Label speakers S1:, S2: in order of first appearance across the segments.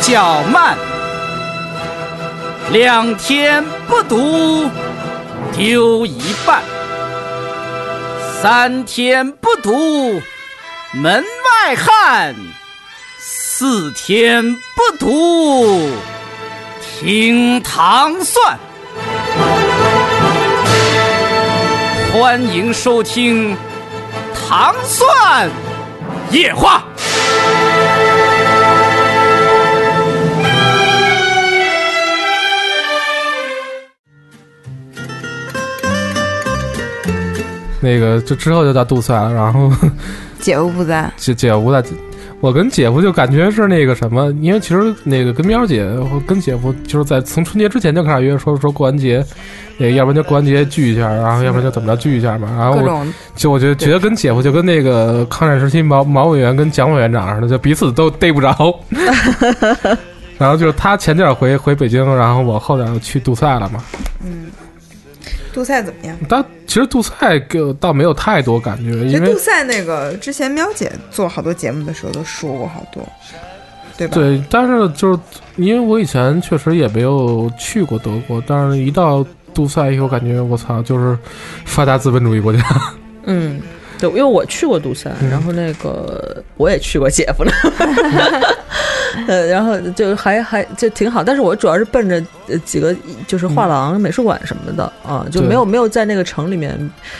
S1: 较慢，两天不读丢一半，三天不读门外汉，四天不读听糖蒜。欢迎收听《糖蒜夜话》。
S2: 那个就之后就到杜塞了，然后
S3: 姐夫不在，
S2: 姐姐夫在，我跟姐夫就感觉是那个什么，因为其实那个跟喵姐和跟姐夫就是在从春节之前就开始约，说说过完节，那个要不然就过完节聚一下，然后要不然就怎么着聚一下嘛，然后
S3: 各
S2: 我
S3: 种
S2: 就我就觉得跟姐夫就跟那个抗战时期毛毛委员跟蒋委员长似的，就彼此都逮不 着。然后就是他前脚回回北京，然后我后脚去杜塞了嘛。
S3: 杜塞怎么样？
S2: 但其实杜塞给我倒没有太多感觉，
S3: 其实
S2: 因为
S3: 杜塞那个之前喵姐做好多节目的时候都说过好多，对吧？
S2: 对，但是就是因为我以前确实也没有去过德国，但是一到杜塞以后，感觉我操，就是发达资本主义国家。
S4: 嗯，对，因为我去过杜塞，
S2: 嗯
S4: 然后那个我也去过姐夫那儿， 呃，然后就还还就挺好，但是我主要是奔着呃几个就是画廊、美术馆什么的啊，就
S2: 嗯对
S4: 没有没有在那个城里面，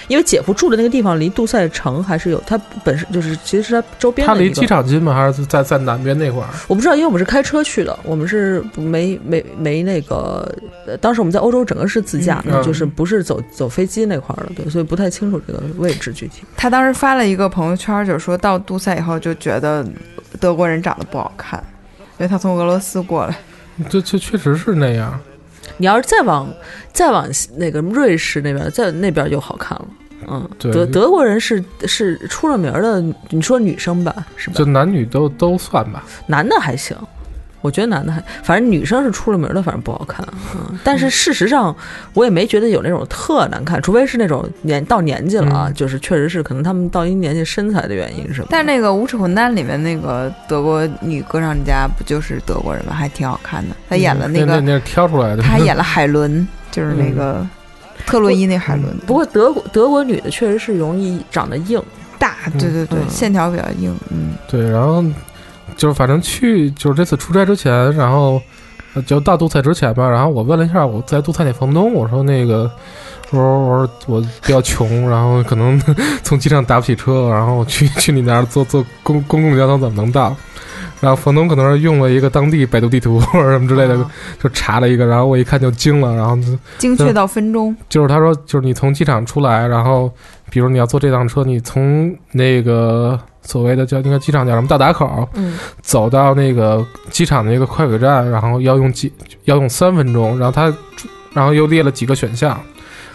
S4: 因为姐夫住的那个地方离杜塞城还是有，它本身就是其实是它周边
S2: 它
S4: 的一
S2: 离
S4: 个
S2: 机场近吗？还是在在南边那块儿？
S4: 我不知道，因为我们是开车去的，我们是没没没那个，呃当时我们在欧洲整个是自驾的，
S2: 嗯嗯
S4: 就是不是走走飞机那块儿的，对，所以不太清楚这个位置具体。
S3: 他当时发了一个朋友圈，就是说到杜塞以后就觉得德国人长得不好看，因为他从俄罗斯过来。
S2: 这这确实是那样。
S4: 你要是再往再往西那个瑞士那边，在那边就好看了。嗯，
S2: 对
S4: 德德国人是是出了名儿的，你说女生吧，是吧
S2: 就？男女都都算吧，
S4: 男的还行，我觉得男的还，反正女生是出了名儿的，反正不好看。嗯，但是事实上，我也没觉得有那种特难看，除非是那种年到年纪了啊，
S2: 嗯
S4: 就是确实是可能他们到一年纪身材的原因什么的。
S3: 但那个《无耻混蛋》里面那个德国女歌唱家不就是德国人吗？还挺好看的。她演了
S2: 那
S3: 个，
S2: 嗯那嗯是挑出来的，
S3: 她演了海 伦，就是那个特洛伊那海伦，
S4: 不过德国德国女的确实是容易长得硬，
S3: 大，对对对，
S4: 嗯
S3: 线条比较硬，嗯，
S2: 对，然后就是反正去就是这次出差之前，然后呃就到杜塞之前吧，然后我问了一下我在杜塞那房东，我说那个。我说我说我比较穷，然后可能 从机场打不起车，然后去去你那儿坐坐公公共交通怎么能到？然后房东可能是用了一个当地百度地图或者什么之类
S4: 啊
S2: 的， 就查了一个，然后我一看就惊了，然后就
S3: 精确到分钟。
S2: 就是他说，就是你从机场出来，然后比如你要坐这趟车，你从那个所谓的叫应该机场叫什么到达口，
S4: 嗯，
S2: 走到那个机场的一个快轨站，然后要用几要用三分钟，然后他然后又列了几个选项，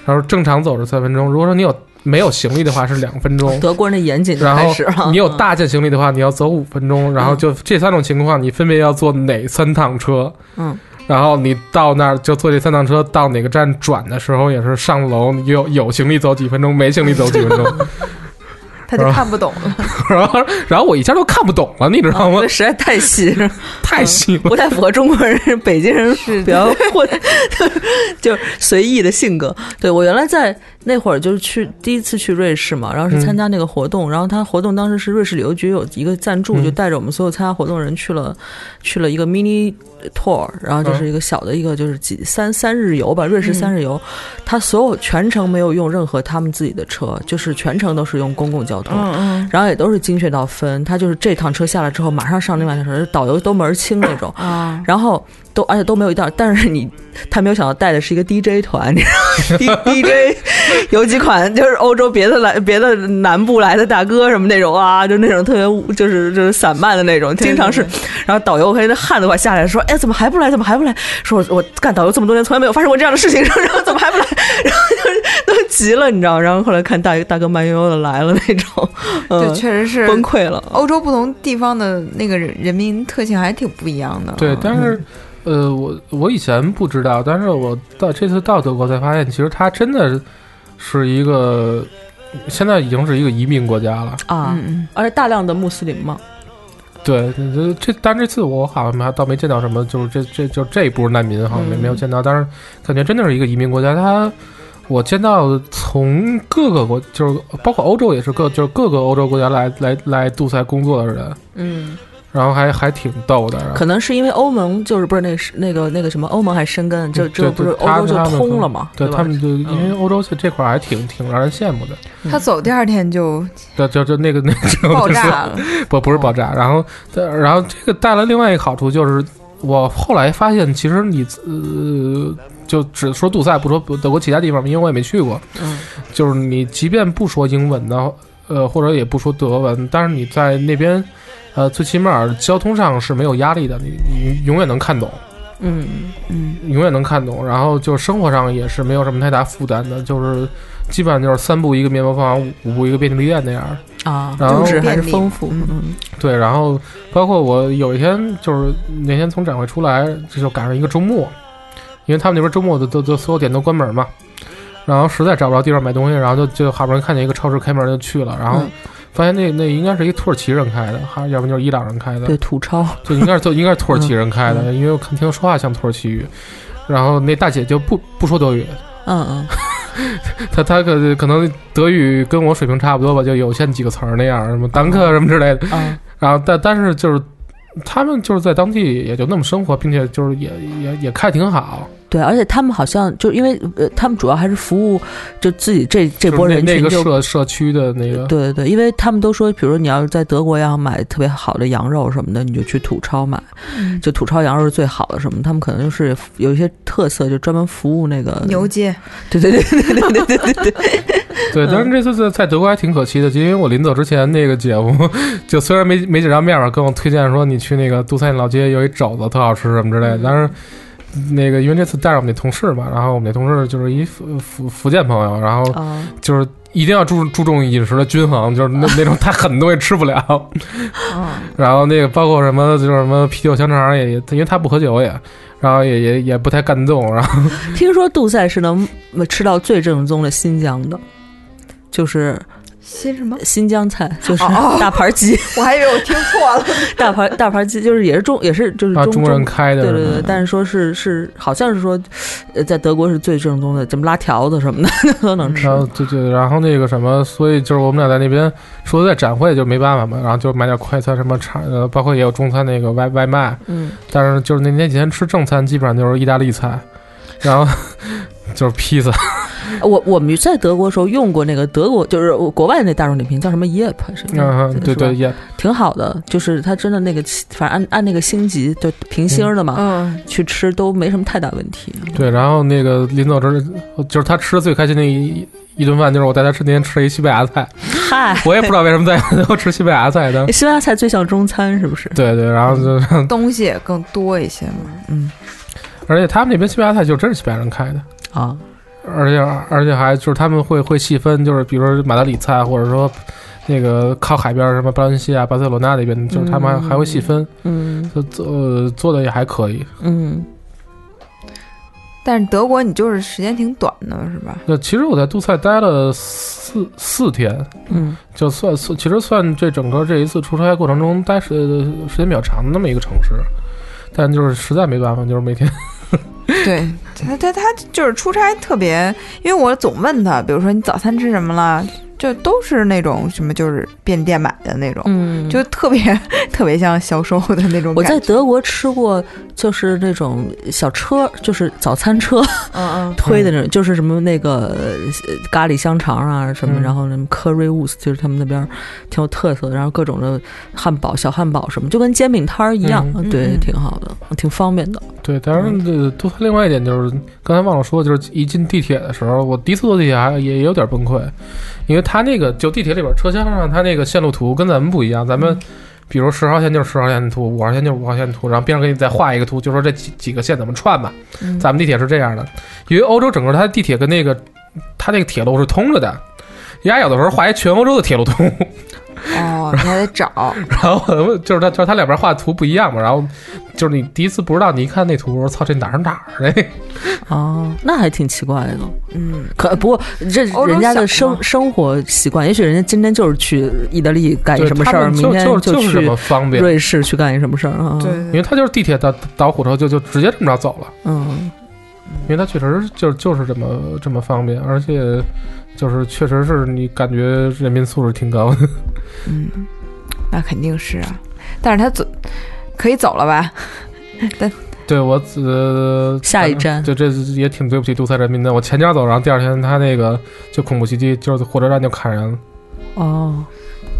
S2: 然后正常走是三分钟，如果说你有没有行李的话是两分 钟。
S4: 德国人的严谨就
S2: 然
S4: 开
S2: 后
S4: 始了。嗯
S2: 你有大件行李的话，你要走五分钟，然后就这三种情况，你分别要坐哪三趟车？
S4: 嗯，
S2: 然后你到那儿就坐这三趟车到哪个站转的时候，也是上楼有有行李走几分钟，没行李走几分钟，
S3: 她就看不懂了，
S2: 然后然后我一下就看不懂了，你知道吗
S4: 啊、？实在太细，是吧
S2: 太细了。
S4: 不太符合中国人、北 京人
S3: 是
S4: 比较混， 就是随意的性格。对我原来在那会儿就是去第一次去瑞士嘛，然后是参加那个活动，然后他活动当时是瑞士旅游局有一个赞助，
S2: 嗯
S4: 就带着我们所有参加活动人去了去了一个 mini tour，然后就是一个小的一个就是几三三日游吧，瑞士三日游，他所有全程没有用任何他们自己的车，就是全程都是用公共交通。
S3: 嗯
S4: 然后也都是精确到分，他就是这趟车下来之后，马上上另外一趟车，导游都门儿清那种。
S3: 嗯啊，
S4: 然后都而且都没有一道，但是你他没有想到带的是一个 DJ 团， 你知道吗 D DJ 有几款就是欧洲别的来别的南部来的大哥什么那种啊，就那种特别就是就是散漫的那种，经常是，然后导游跟那汗都快下来了，说哎怎么还不来，怎么还不来？说我我干导游这么多年从来没有 发生过这样的事情，然后然后怎么还不来？ 然后就是都急了，你知道吗？然后后来看大大哥慢悠悠的来了那种，
S3: 对，
S4: 嗯，
S3: 确实是
S4: 崩溃了。
S3: 欧洲不同地方的那个人人民特性还挺不一样的。
S2: 对，但是呃，我我以前不知道，但是我到这次到德国才发现，其实它真的是一个现在已经是一个移民国家了。
S4: 啊，
S3: 嗯嗯，
S4: 而且大量的穆斯林嘛，
S2: 对，这这但这次我好像还倒没见到什么，就是这这就这一波难民好像没
S4: 嗯
S2: 没有见到，但是感觉真的是一个移民国家，它。我见到从各个国，就是包括欧洲也是各，就是各个欧洲国家来来来杜塞工作的人，
S4: 嗯，
S2: 然后还还挺逗的。然后
S4: 可能是因为欧盟就是不是那个是那个那个什么欧盟还申根，这
S2: 嗯
S4: 这
S2: 对
S4: 不是
S2: 对
S4: 欧
S2: 他
S4: 洲
S2: 他
S4: 就
S2: 们
S4: 通了嘛？
S2: 对
S4: 吧嗯
S2: 他们就因为欧洲这这块儿还挺 挺让人羡慕的。
S3: 他走第二天就
S2: 对，就 就那个那个
S3: 爆炸了，
S2: 不不是爆
S4: 哦
S2: 炸，然后但然后这个带来另外一个好处就是，我后来发现其实你呃。就只说杜塞，不说德国其他地方，因为我也没去过。
S4: 嗯，
S2: 就是你即便不说英文的，呃，或者也不说德文，但是你在那边，呃，最起码交通上是没有压力的，你你永远能看懂。
S4: 嗯
S3: 嗯，
S2: 永远能看懂，然后就生活上也是没有什么太大负担的，就是基本上就是三步一个面包房，五步一个便利店那样儿。
S4: 啊，
S2: 然后
S4: 物质还是
S3: 便利
S4: 丰富，
S3: 嗯
S4: 嗯
S2: 对，然后包括我有一天就是那天从展会出来，这就赶上一个周末，因为他们那边周末都都都所有店都关门嘛，然后实在找不着地方买东西，然后就就好不容易看见一个超市开门就去了，然后
S4: 嗯
S2: 发现那那应该是一土耳其人开的，还要不就是伊朗人开的，
S4: 对土超，
S2: 就应该是就应该是土耳其人开的，因为我看听说话像土耳其语，然后那大姐就不不说德语，
S4: 嗯嗯，
S2: 她她可可能德语跟我水平差不多吧，就有限几个词儿那样，什么单克什么之类 的。
S4: 啊，
S2: 然后但但是就是他们就是在当地也就那么生活，并且就是也也也开挺好。
S4: 对，而且他们好像就因为呃，他们主要还是服务就自己这这波
S2: 就是
S4: 人
S2: 那那个
S4: 群就。
S2: 社社区的那个，
S4: 对对对，因为他们都说，比如说你要是在德国要买特别好的羊肉什么的，你就去土超买，就土超羊肉是最好的什么。他们可能就是有一些特色，就专门服务那个
S3: 牛。街，
S4: 对对对对对对对对对，
S2: 对。但是这次在在德国还挺可惜的，就因为我临走之前那个姐夫 就虽然没没见着面吧，跟我推荐说你去那个杜塞老街有一肘子特好吃什么之类的，但是。那个，因为这次带着我们那同事嘛，然后我们那同事就是一福福福建朋友，然后
S4: 啊，
S2: 就是一定要注注重饮食的均衡，就是 那那种他很多东西吃不了，
S3: 嗯，
S2: 然后那个包括什么就是什么啤酒香肠也也，因为他不喝酒也，然后也也也不太干动，然后
S4: 听说杜塞是能吃到最正宗的新疆的，就是
S3: 新什么？
S4: 新疆菜， 就是
S3: 哦
S4: 大盘鸡，
S3: 我还以为我听错了，
S4: 大盘大盘鸡就是也是中也是就是
S2: 啊
S4: 中
S2: 中国人开的
S4: 对
S2: 什
S4: 对
S2: 么
S4: 对，
S2: 的，
S4: 但是说是是，好像是说，呃，在德国是最正宗的，怎么拉条子什么的 都能吃
S2: 然。后就就然后那个什么，所以就是我们俩在那边说在展会就没办法嘛，然后就买点快餐什么肠，呃，包括也有中餐那个外外卖，
S4: 嗯，
S2: 但是就是那那几天吃正餐基本上就是意大利菜，然后 就是披萨，
S4: 我我们在德国的时候用过那个德国，就是我国外那大众点评叫什么 Yep，是吧
S2: 嗯，对对，也
S4: 挺好的，就是它真的那个，反正按按那个星级就平星儿的嘛，
S3: 嗯，
S4: 去吃都没什么太大问题。
S2: 对，然后那个临走之，就是他吃的最开心的一一顿饭，就是我带他吃那天吃了一西班牙菜，
S4: 嗨，
S2: 我也不知道为什么在 能够吃西班牙菜的。
S4: 西班牙菜最像中餐是不是？
S2: 对对，然后就，
S3: 嗯东西也更多一些嘛，
S4: 嗯
S2: 而且他们那边西班牙菜就真是西班牙人开的，
S4: 啊，
S2: 而且而且还就是他们会会细分，就是比如说马德里菜，或者说那个靠海边儿什么巴伦西亚、巴塞罗那那边，就是他们还,、还会细分，
S4: 嗯
S2: 就做、呃、做的也还可以。
S4: 嗯，
S3: 但是德国你就是时间挺短的，是吧？
S2: 那其实我在杜塞待了四四天，
S4: 嗯，
S2: 就算算，其实算这整个这一次出差过程中待时呃时间比较长的那么一个城市，但就是实在没办法，就是每天
S3: 对他，他他就是出差特别，因为我总问他，比如说你早餐吃什么了，就都是那种什么就是便利店买的那种，
S4: 嗯
S3: 就特别 特别像销售的那种
S4: 我
S3: 感觉。
S4: 在德国吃过，就是那种小车，就是早餐车
S3: 嗯
S4: 推的那种，就是什么那个呃咖喱香肠啊什么，
S2: 嗯
S4: 然后什么 currywurst，就是他们那边儿挺有特色的，然后各种的汉堡、小汉堡什么，就跟煎饼摊儿一样，
S3: 嗯
S4: 对
S3: 嗯，嗯
S4: 挺好的，挺方便的。
S2: 对。当然，这多另外一点就是，刚才忘了说，就是一进地铁的时候，我第一次坐地铁还也也有点崩溃，因为它那个就地铁里边车厢上它那个线路图跟咱们不一样，咱们。比如十号线就是十号线图，五号线就是五号线图，然后边上给你再画一个图，就说这几几个线怎么串吧。
S3: 嗯
S2: 咱们地铁是这样的，因为欧洲整个它的地铁跟那个它那个铁路是通着的，人家有的时候画一全欧洲的铁路图，
S3: 哦，哦，你还得找，
S2: 然后就是他就是他两边画的图不一样嘛，然后就是你第一次不知道，你一看那图，我说操，这哪儿哪儿的？
S4: 哦，那还挺奇怪的。
S3: 嗯，
S4: 可不过这
S3: 欧洲
S4: 人家的
S3: 小嘛
S4: 生生活习惯，也许人家今天就是去意大利干一哎什么事儿，
S2: 对他们
S4: 明
S2: 就
S4: 天
S2: 就就是这
S4: 去
S2: 么方便，
S4: 瑞士去干一什么事儿啊。
S3: 对，，
S2: 因为他就是地铁到到虎头就就直接这么着走了，
S4: 嗯，
S2: 因为他确实就就是这么这么方便，而且就是确实是你感觉人民素质挺高的。
S3: 嗯，那肯定是啊，但是他走可以走了吧？
S2: 对我呃
S4: 下一站
S2: 对，这也挺对不起独裁人民的。我前脚走，然后第二天他那个就恐怖袭击，就是火车站就砍人了。
S4: 哦，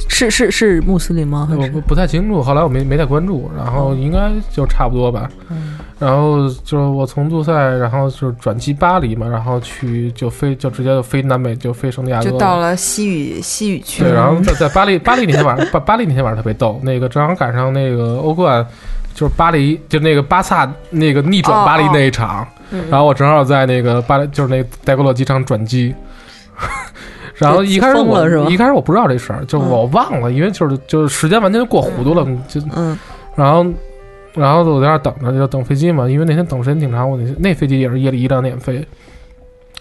S4: 是是是穆斯林吗？还
S2: 我
S4: 是
S2: 不不太清楚，后来我没没太关注，然后应该就差不多吧。
S4: 嗯
S2: 然后就是我从杜塞，然后就是转机巴黎嘛，然后去就飞就直接就飞南美，就飞圣地亚哥
S3: 就到了西语西语区
S2: 对，啊
S4: 嗯
S2: 然后在在巴黎，巴黎那天晚上，巴巴黎那天晚上特别逗，那个正好赶上那个欧冠，就是巴黎，就那个巴萨那个逆
S4: 哦
S2: 转巴黎那一场，
S3: 嗯
S2: 然后我正好在那个巴黎，就是那个戴高乐机场转机。 然后一开始
S4: 疯
S2: 我
S4: 了是吧
S2: 一开始我不知道这事儿，就是
S4: 嗯
S2: 我忘了，因为就是就是时间完全就过糊涂了，就
S4: 嗯
S2: 然后然后我在那儿等着，就等飞机嘛，因为那天等时间挺长，我那那飞机也是夜里一两点飞，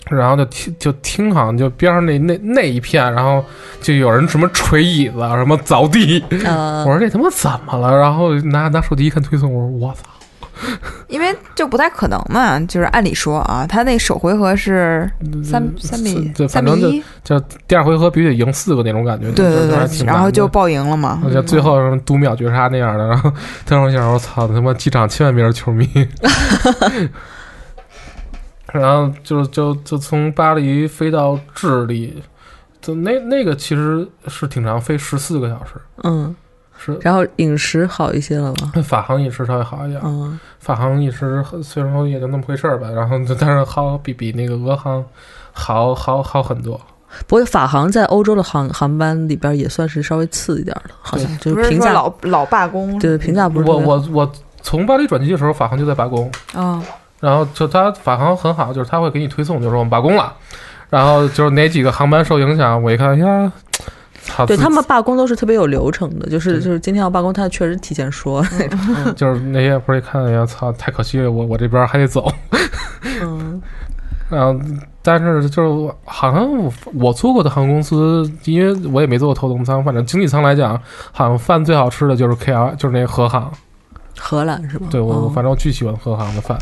S2: 然后就听就听好像就边上那那那一片，然后就有人什么捶椅子，什么凿地，
S3: 嗯
S2: 我说
S4: 呃，
S2: 这他妈怎么了？然后拿拿手机一看推送，我说我操，
S3: 因为就不太可能嘛，就是按理说啊，他那首回合是三三比
S2: 嗯对，
S3: 三
S2: 反
S3: 比
S2: 正就
S3: 一，
S2: 第二回合必须得赢四个那种感觉，
S3: 对对
S2: 就是还
S3: 对，
S2: 挺
S3: 然后
S2: 难的嗯
S3: 就爆赢了嘛。
S2: 我觉得最后什么读秒绝杀那样的，然后 当时我想说，我操，他妈机场千万别是球 迷。 然后就就就从巴黎飞到智利，就那那个其实是挺长，飞十四个小时。
S4: 嗯，
S2: 是
S4: 然后饮食好一些了吧？
S2: 法航饮食稍微好一点，
S4: 嗯，
S2: 法航饮食虽然说也就那么回事儿吧，然后就但是好比比那个俄航好好好很多。
S4: 不过法航在欧洲的航航班里边也算是稍微次一点的，好像就
S3: 不
S4: 是
S3: 是
S4: 评
S3: 说
S4: 价
S3: 老嗯老罢工
S4: 对评价不
S2: 我
S4: 是特别好
S2: 我我从巴黎转机的时候，法航就在罢工。
S3: 啊，
S2: 然后就他法航很好，就是他会给你推送，就说我们罢工了，然后就是哪几个航班受影响，我一看哎呀，操，
S4: 对
S2: 自
S4: 他们罢工都是特别有流程的，就是
S2: 对
S4: 就是今天要罢工，他确实提前说。
S2: 就是那些不是一看，哎呀，操，太可惜了，我我这边还得走。
S4: 嗯
S2: 然后，但是就是好像我我坐过的航空公司，因为我也没坐过头等舱，反正经济舱来讲，好像饭最好吃的就是 KL，就是那和航。
S4: 荷兰是吗？
S2: 对我，我
S4: 哦
S2: 反正我巨喜欢和航的饭，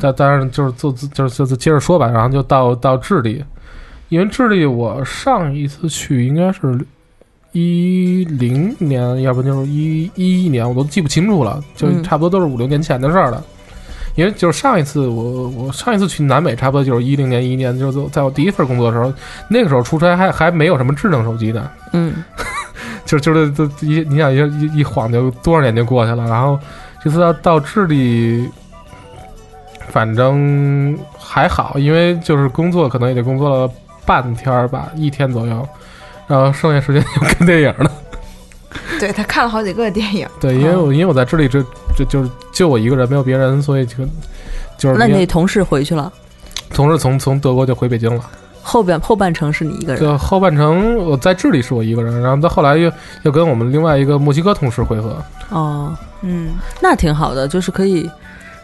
S2: 但但是就是就就是就是接着说吧，然后就到到智利，因为智利我上一次去应该是一零年，要不就是一一一年，我都记不清楚了，就
S4: 嗯
S2: 差不多都是五六年前的事儿了。因为就是上一次我我上一次去南美，差不多就是一零年一年，就是在我第一份工作的时候，那个时候出差还还没有什么智能手机呢，
S4: 嗯，
S2: 就就是就一你想一一一晃就多少年就过去了，然后这次到到智利，反正还好，因为就是工作可能也就工作了半天儿吧，一天左右，然后剩下时间就看电 影了。
S3: 对他看了好几个电影，
S2: 对，因为
S4: 哦
S2: 我因为我在智利这这就是就我一个人，没有别人，所以就就是
S4: 那
S2: 因为
S4: 你同事回去了，
S2: 同事从从德国就回北京了。
S4: 后边后半程是你一个人。
S2: 对，后半程我在智利是我一个人，然后到后来又又跟我们另外一个墨西哥同事会合。
S4: 哦，
S3: 嗯，
S4: 那挺好的，就是可以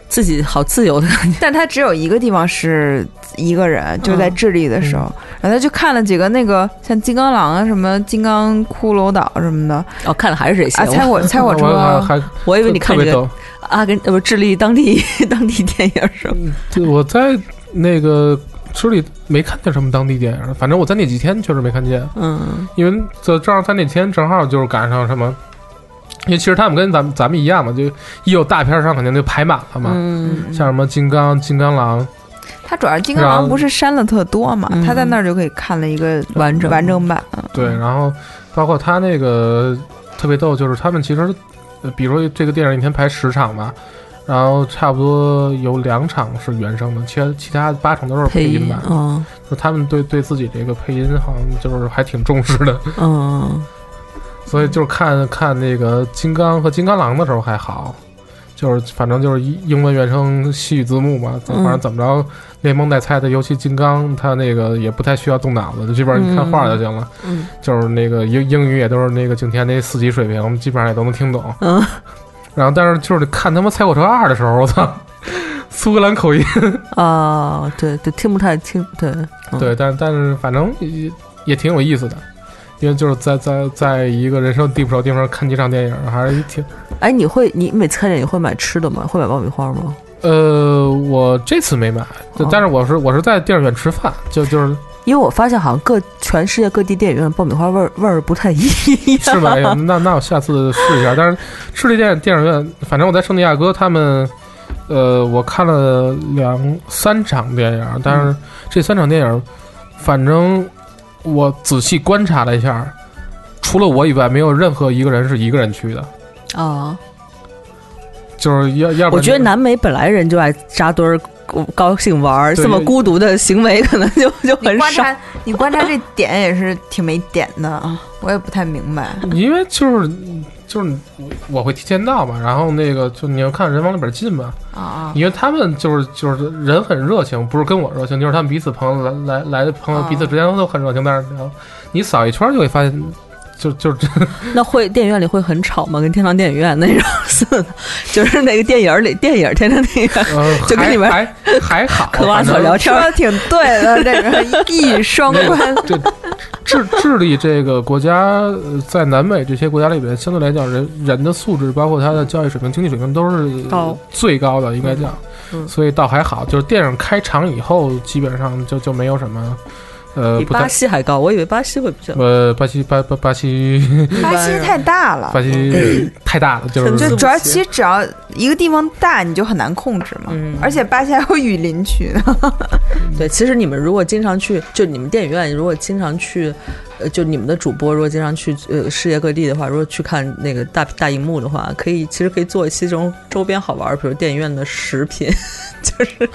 S4: 自己好自由的感 觉。
S3: 但他只有一个地方是一个人，就在智利的时候，然后他就看了几个那个像金刚狼啊、什么金刚骷髅岛什么的
S4: 哦，看的还是这些。
S3: 啊，猜
S4: 我
S3: 我猜
S2: 我
S3: 我中
S2: 还
S3: 了，
S2: 还
S4: 我以为你看
S2: 特
S4: 这
S2: 别
S4: 个
S2: 逗。
S4: 阿根呃不智利当地 当地电影是吧？
S2: 对，我在那个市里没看见什么当地电影，反正我在那几天确实没看见，
S4: 嗯
S2: 因为这正好在那天正好就是赶上什么，因为其实他们跟咱们咱们一样嘛，就一有大片儿上肯定就排满了嘛，
S4: 嗯，
S3: 嗯
S2: 像什么金刚、金刚狼，
S3: 他主要是金刚
S2: 然后
S3: 狼不是删了特多嘛，
S4: 嗯
S3: 他在那儿就可以看了一个
S4: 完整
S3: 完整版，嗯
S2: 对，然后包括他那个特别逗，就是他们其实，呃比如说这个电影一天排十场吧。然后差不多有两场是原声的，其他其他八场都是配
S4: 配
S2: 音
S4: 音
S2: 版。
S4: 嗯
S2: 就他们对对自己这个配音好像就是还挺重视的。
S4: 嗯
S2: 所以就是看看那个金刚和金刚狼的时候还好，就是反正就是英文原声西语字幕嘛，
S4: 嗯
S2: 反正怎么着，连蒙带猜的，尤其金刚他那个也不太需要动脑子，就基本上你看画就行了。
S4: 嗯
S2: 就是那个英英语也都是那个景甜那四级水平，基本上也都能听懂。
S4: 嗯，
S2: 然后但是就是看他妈《猜火车二》的时候，我操， 苏格兰口音，
S4: 啊，对对，听不太清，对嗯
S2: 对，但但是反正也也挺有意思的。因为就是在在在一个人生地不熟的地方看几场电影，还是挺
S4: 哎，你会你每次看电影会买吃的吗？会买爆米花吗？
S2: 呃，我这次没买，就
S4: 哦
S2: 但是我是我是在电影院吃饭，就就是
S4: 因为我发现好像各全世界各地电影院爆米花味儿味儿不太一样，
S2: 是吧？哎呀那那我下次试一下。但是吃这电电影院，反正我在圣地亚哥他们，呃，我看了两三场电影，但是这三场电影，反正我仔细观察了一下，除了我以外，没有任何一个人是一个人去的，
S4: 啊。
S2: 就是要要不然
S4: 我觉
S2: 就
S4: 得
S2: 是
S4: 南美本来人就爱扎堆儿高高兴玩儿，
S2: 对
S4: 这么孤独的行为可能就 就
S3: 你
S4: 很
S3: 观
S4: 少。
S3: 察你观察这点也是挺没点的啊，我也不太明白。
S2: 因为就是就是我会提前到嘛，然后那个就你要看人往里边进嘛。
S3: 啊
S2: 因为他们就是就是人很热情，不是跟我热情，就是他们彼此朋友来来来的朋友
S3: 啊
S2: 彼此之间都很热情，但是聊你扫一圈儿就会发现，就就就
S4: 那会电影院里会很吵吗？跟天堂电影院那种似的， 就是那个电影儿里电影儿天堂电影院
S2: 呃
S4: 就跟
S2: 还
S4: 你们
S2: 还还好，
S4: 嗑瓜
S2: 反
S4: 子
S2: 正
S4: 聊天
S3: 说
S4: 儿。
S3: 的挺对的，这 个一双关。
S2: 这智 智利这个国家呃在南美这些国家里边，相对来讲人人的素质，包括他的教育水平、经济水平都是
S4: 高
S2: 最高的，应该讲，
S4: 嗯嗯
S2: 所以倒还好。就是电影开场以后，基本上就就没有什么，呃，
S4: 比
S2: 不太
S4: 巴西还高，我以为巴西会比较。
S2: 呃巴西巴巴巴西。
S3: 巴西太大
S4: 啊
S3: 了，
S2: 发现太大了，就
S4: 对
S3: 就是主要其实只要一个地方大，你就很难控制嘛。
S4: 嗯
S3: 而且巴西还有雨林区呢，
S4: 对，其实你们如果经常去，就你们电影院如果经常去，呃，就你们的主播如果经常去呃世界各地的话，如果去看那个大大荧幕的话，可以其实可以做一期这种周边好玩儿，比如电影院的食品， 就是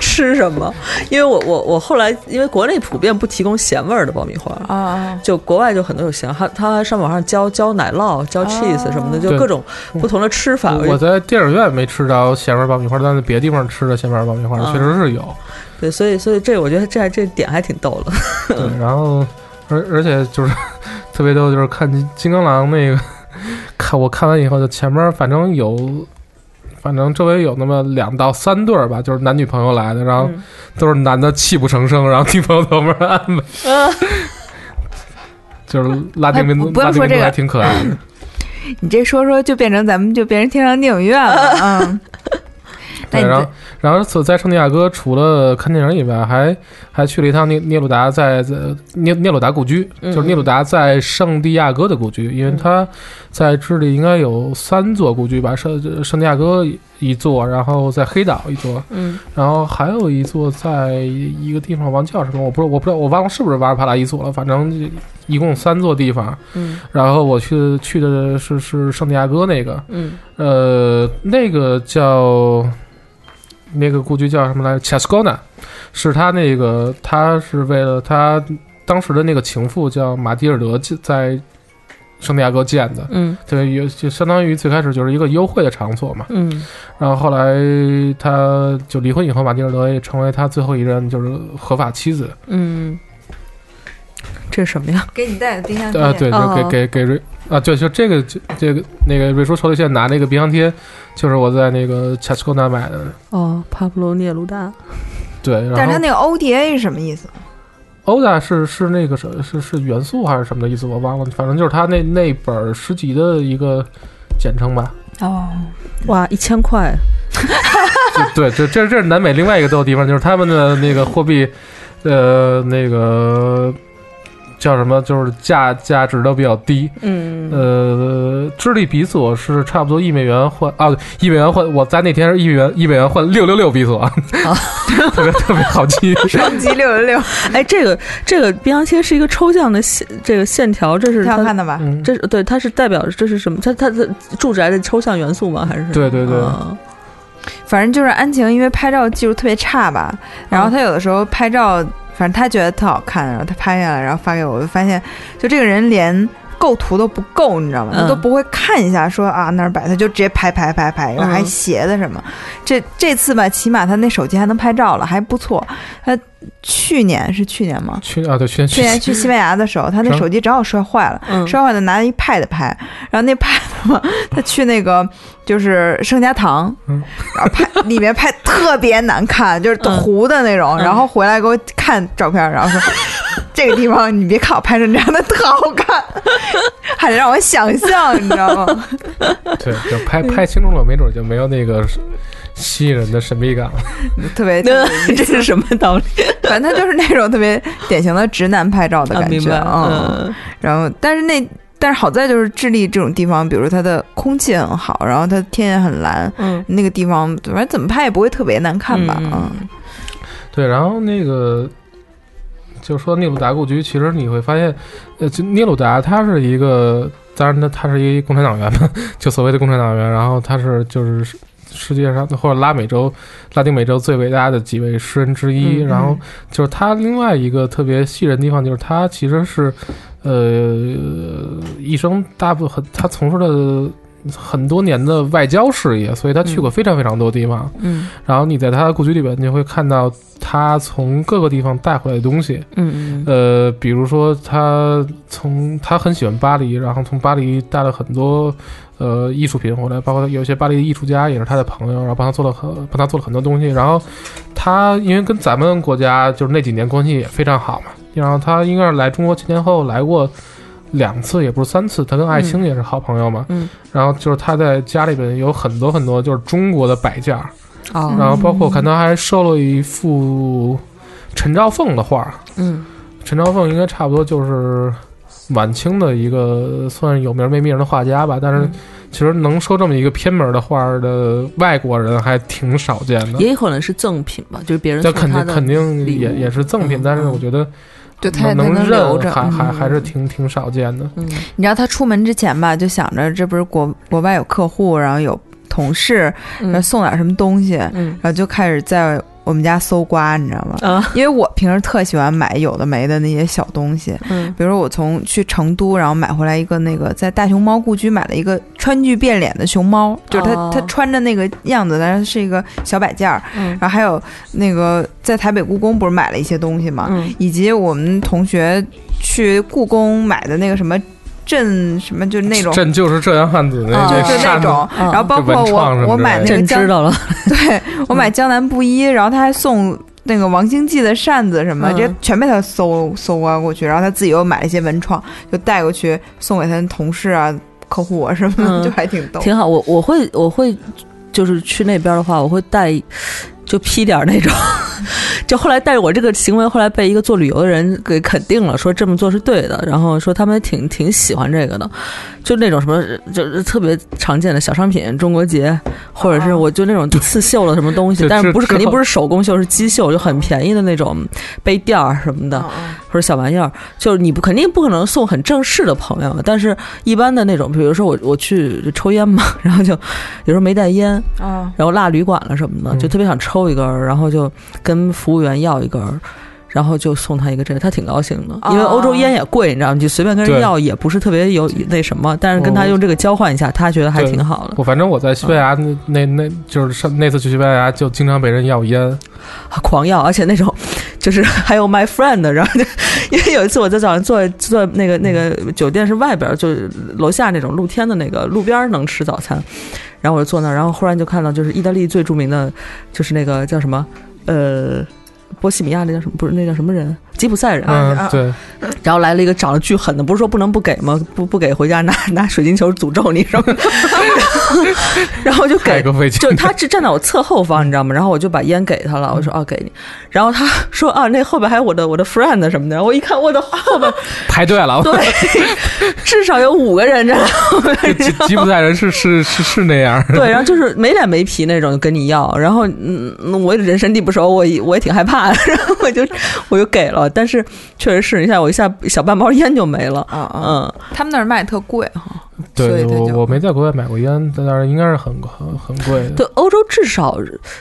S4: 吃什么。因为我我我后来因为国内普遍不提供咸味儿的爆米花。
S3: 啊，
S4: 就国外就很多有咸，还它还上网上教教奶酪、教 cheese 什么的，就
S2: 对嗯
S4: 各种不同的吃法。
S2: 我在电影院没吃着咸味爆米花，但是别的地方吃的咸味爆米花
S4: 嗯
S2: 确实是有。
S4: 对，所以所以这我觉得这这点还挺逗的。
S2: 对，然后而而且就是 特别逗，就是看金金刚狼那个，看我看完以后，就前面反正有。反正周围有那么两到三对儿吧，就是男女朋友来的，然后
S4: 嗯
S2: 都是男的泣不成声，然后女朋友在后面安慰， 就是拉丁民
S3: 嗯哎
S2: 族，
S3: 不不要
S2: 拉丁
S3: 说
S2: 民
S3: 这
S2: 族
S3: 个
S2: 还挺可爱的。
S3: 你这说说就变成咱们就变成天上电影院了， 嗯。那
S2: 对，
S3: 你
S2: 然后然后所在圣地亚哥除了看电影以外，还还去了一趟聂聂鲁达在在聂聂鲁达故居，
S4: 嗯
S2: 就是聂鲁达在圣地亚哥的故居，因为他在智利应该有三座故居吧，圣圣地亚哥一座，然后在黑岛一座，
S4: 嗯，
S2: 然后还有一座在一个地方忘叫什么，我不是我不知道我忘了是不是瓦尔帕拉伊索了，反正一共三座地方，
S4: 嗯
S2: 然后我去去的是是圣地亚哥那个，
S4: 嗯
S2: 呃，那个叫那个故居叫什么来着 c h a s c o n a 是他那个他是为了他当时的那个情妇叫马蒂尔德建在圣地亚哥建的，
S4: 嗯
S2: 对，也就相当于最开始就是一个优惠的场所嘛。
S4: 嗯
S2: 然后后来他就离婚以后，马蒂尔德也成为他最后一任就是合法妻子，
S4: 嗯，这是什么呀？
S3: 给你带的冰箱贴
S2: 啊，对，就给
S4: 哦
S2: 给给瑞啊，对，就这个就这个那个瑞叔手里现在拿那个冰箱贴，就是我在那个 c h a s c o n a 买的。
S4: 哦，帕布罗涅卢达。
S2: 对，然后
S3: 但是他那个 ODA 是什么意思？
S2: ODA 是是那个什是是元素还是什么的意思，我忘了，反正就是他那那本诗集的一个简称吧。
S3: 哦，
S4: 哇，一千块！
S2: 就对，这这这是南美另外一个逗的地方，就是他们的那个货币，呃，那个叫什么，就是价价值都比较低。
S4: 嗯
S2: 呃，智利比索是差不多一美元换啊，一美元换，我在那天是一美元一美元换六六六比索， 特别特别好记。
S3: 双击六六 六，
S4: 哎，这个这个冰箱贴是一个抽象的线，这个线条，这是
S3: 挺好
S4: 它，
S3: 看的吧？
S2: 嗯，
S4: 这是对，它是代表这是什么？它它的住宅的抽象元素吗？还是
S2: 对对对
S4: 啊
S3: 反正就是安晴，因为拍照技术特别差吧，然后她有的时候拍照，反正她觉得特好看，然后她拍下来，然后发给我，我就发现，就这个人连构图都不够，你知道吗？
S4: 嗯
S3: 他都不会看一下说啊那儿摆，他就直接拍拍拍拍，然后还
S4: 嗯
S3: 斜的什么。这这次吧，起码他那手机还能拍照了，还不错。他去年是去年吗？
S2: 去啊，对，去年
S3: 去年去西班牙的时候，他那
S2: 成
S3: 手机正好摔坏了，
S4: 嗯
S3: 摔坏了拿一 pad 拍，然后那 pad 嘛，他去那个就是盛家堂，
S2: 嗯
S3: 然后拍里面拍特别难看，就是
S4: 嗯
S3: 糊的那种，
S4: 嗯
S3: 然后回来给我看照片，然后 说这个地方你别看我拍成这样，它特好看， 还得让我想象，你知道吗？
S2: 对，就拍拍清楚了，没准就没有那个吸引人的神秘感了。
S3: 特 别，
S4: 那 这是什么道理
S3: 反正他就是那种特别典型的直男拍照的
S4: 啊？
S3: 感
S4: 明
S3: 觉，
S4: 白，
S3: 嗯。
S4: 嗯
S3: 然后，但是那但是好在就是智利这种地方，比如它的空气很好，然后它天也很蓝，
S4: 嗯
S3: 那个地方反正怎么拍也不会特别难看吧？
S4: 嗯
S3: 嗯
S2: 对，然后那个就说聂鲁达故居，其实你会发现，呃，就聂鲁达他是一个，当然他他是一个共产党员嘛，就所谓的共产党员，然后他是就是世世界上或者拉美洲、拉丁美洲最伟大的几位诗人之一，
S4: 嗯
S2: 然后就是他另外一个特别吸引人的地方，就是他其实是，呃，一生大部分他从事了很多年的外交事业，所以他去过非常非常多地方。
S4: 嗯
S2: 然后你在他的故居里边，你就会看到他从各个地方带回来的东西。
S4: 嗯嗯
S2: 呃，比如说他从他很喜欢巴黎，然后从巴黎带了很多呃艺术品回来，包括有些巴黎的艺术家也是他的朋友，然后帮他做了很帮他做了很多东西。然后他因为跟咱们国家就是那几年关系也非常好嘛，然后他应该是来中国前前后后来过。两次也不是三次，他跟艾青也是好朋友嘛。
S4: 嗯
S2: 然后就是他在家里边有很多很多就是中国的摆件儿，
S4: 哦
S2: 然后包括我看他还收了一幅陈兆凤的画儿，
S4: 嗯
S2: 陈兆凤应该差不多就是晚清的一个算是有名没名的画家吧，但是
S4: 嗯
S2: 其实能收这么一个偏门的画儿的外国人还挺少见的。
S4: 也有可能是赠品吧，就是别人
S2: 这
S4: 送
S2: 肯
S4: 他
S2: 定
S4: 的
S2: 肯定
S4: 礼
S2: 也
S4: 物
S2: 也是赠品，
S4: 嗯
S2: 但是我
S4: 嗯
S2: 觉得
S3: 对，他也
S2: 能
S3: 他能留
S2: 认
S3: 着。
S2: 还还
S4: 嗯
S2: 还是挺挺少见的。
S4: 嗯
S3: 你知道他出门之前吧，就想着这不是国国外有客户，然后有同事，然后
S4: 嗯
S3: 送点什么东西，然
S4: 嗯
S3: 后就开始在我们家搜刮，你知道吗？
S4: 啊
S3: 因为我平时特喜欢买有的没的那些小东西，
S4: 嗯
S3: 比如说我从去成都，然后买回来一个那个在大熊猫故居买了一个川剧变脸的熊猫，就是它、
S4: 哦
S3: 它穿着那个样子，但是是一个小摆件儿。
S4: 嗯
S3: 然后还有那个在台北故宫不是买了一些东西嘛，
S4: 嗯
S3: 以及我们同学去故宫买的那个什么镇什么，就是那种。哦
S2: 朕就是这样汉子，那
S4: 啊
S2: 那
S3: 就是那
S2: 扇子
S3: 种，
S4: 嗯
S3: 然后包括
S2: 就文创什么
S3: 我
S2: 之类
S3: 我
S2: 的嗯
S3: 买那个
S4: 朕
S3: 江
S4: 知道了，
S3: 对我买江南布衣，然后他还送那个王星记的扇子什么，
S4: 嗯
S3: 这些全被他搜搜刮过去。然后他自己又买了一些文创，就带过去送给他的同事啊、客户啊什么的，
S4: 嗯
S3: 就还挺逗。
S4: 挺好。我我会我会就是去那边的话，我会带就批点儿那种。 就后来，但是我这个行为后来被一个做旅游的人给肯定了，说这么做是对的，然后说他们挺挺喜欢这个的，就那种什么就是特别常见的小商品，中国结，或者是
S3: 啊
S4: 我就那种刺绣了什么东西，
S2: 就
S4: 但是
S2: 之
S4: 不是肯定
S2: 之后
S4: 不是手工绣，是机绣，就很便宜的那种杯垫儿什
S3: 哦
S4: 么的，
S3: 嗯
S4: 或者小玩意儿，就是你不肯定不可能送很正式的朋友，啊但是一般的那种，比如说我我去抽烟嘛， 然后就有时候没带烟，
S3: 啊，
S4: 然后落旅馆了什么的，
S2: 嗯
S4: 就特别想抽一根儿，然后就跟服务员要一根儿。然后就送他一个这个，他挺高兴的，因为欧洲烟也贵，你知道吗？你就随便跟人
S2: 对哦
S4: 要也不是特别有那什么，但是跟他用这个交换一下，他觉得还
S2: 对
S4: 挺好的。
S2: 我反正我在西班牙那那那就是上那次去西班牙就经常被人要烟，
S4: 狂要，而且那种 就是还有 my friend 的，然后就因为有一次我在早上坐坐那个那个酒店是外边儿，就是楼下那种露天的那个路边儿能吃早餐，然后我就坐那儿，然后忽然就看到就是意大利最著名的，就是那个叫什么呃。波西米亚那叫什么？不是那叫什么人？吉普赛人。
S2: 嗯
S3: 啊，
S2: 对，
S4: 然后来了一个长得巨狠的，不是说不能不给吗？不不给回家拿 拿水晶球诅咒你什么的。 然后就给
S2: 太个费劲
S4: 就。是他是站在我侧后方，你知道吗？然后我就把烟给他了，我说哦给你，然后他说啊那后边还有我的我的 friend 什么的，我一看我的后边
S2: 排队了，
S4: 对，至少有五个人站在后边，你
S2: 吉
S4: 知道
S2: 吉
S4: 吗
S2: 普赛人是是是是那样，
S4: 对，然后就是没脸没皮那种就跟嗯 你要，然后嗯我也人生地不熟，我也我也挺害怕的，然后我就我就给了，了，但是确实是你像我一下小半包烟就没了，
S3: 啊啊！
S4: 嗯，
S3: 他们那儿卖特贵哈，所
S2: 对
S3: 以它就
S2: 我我没在国外买过烟，但是应该是很很很贵的，
S4: 对，欧洲至少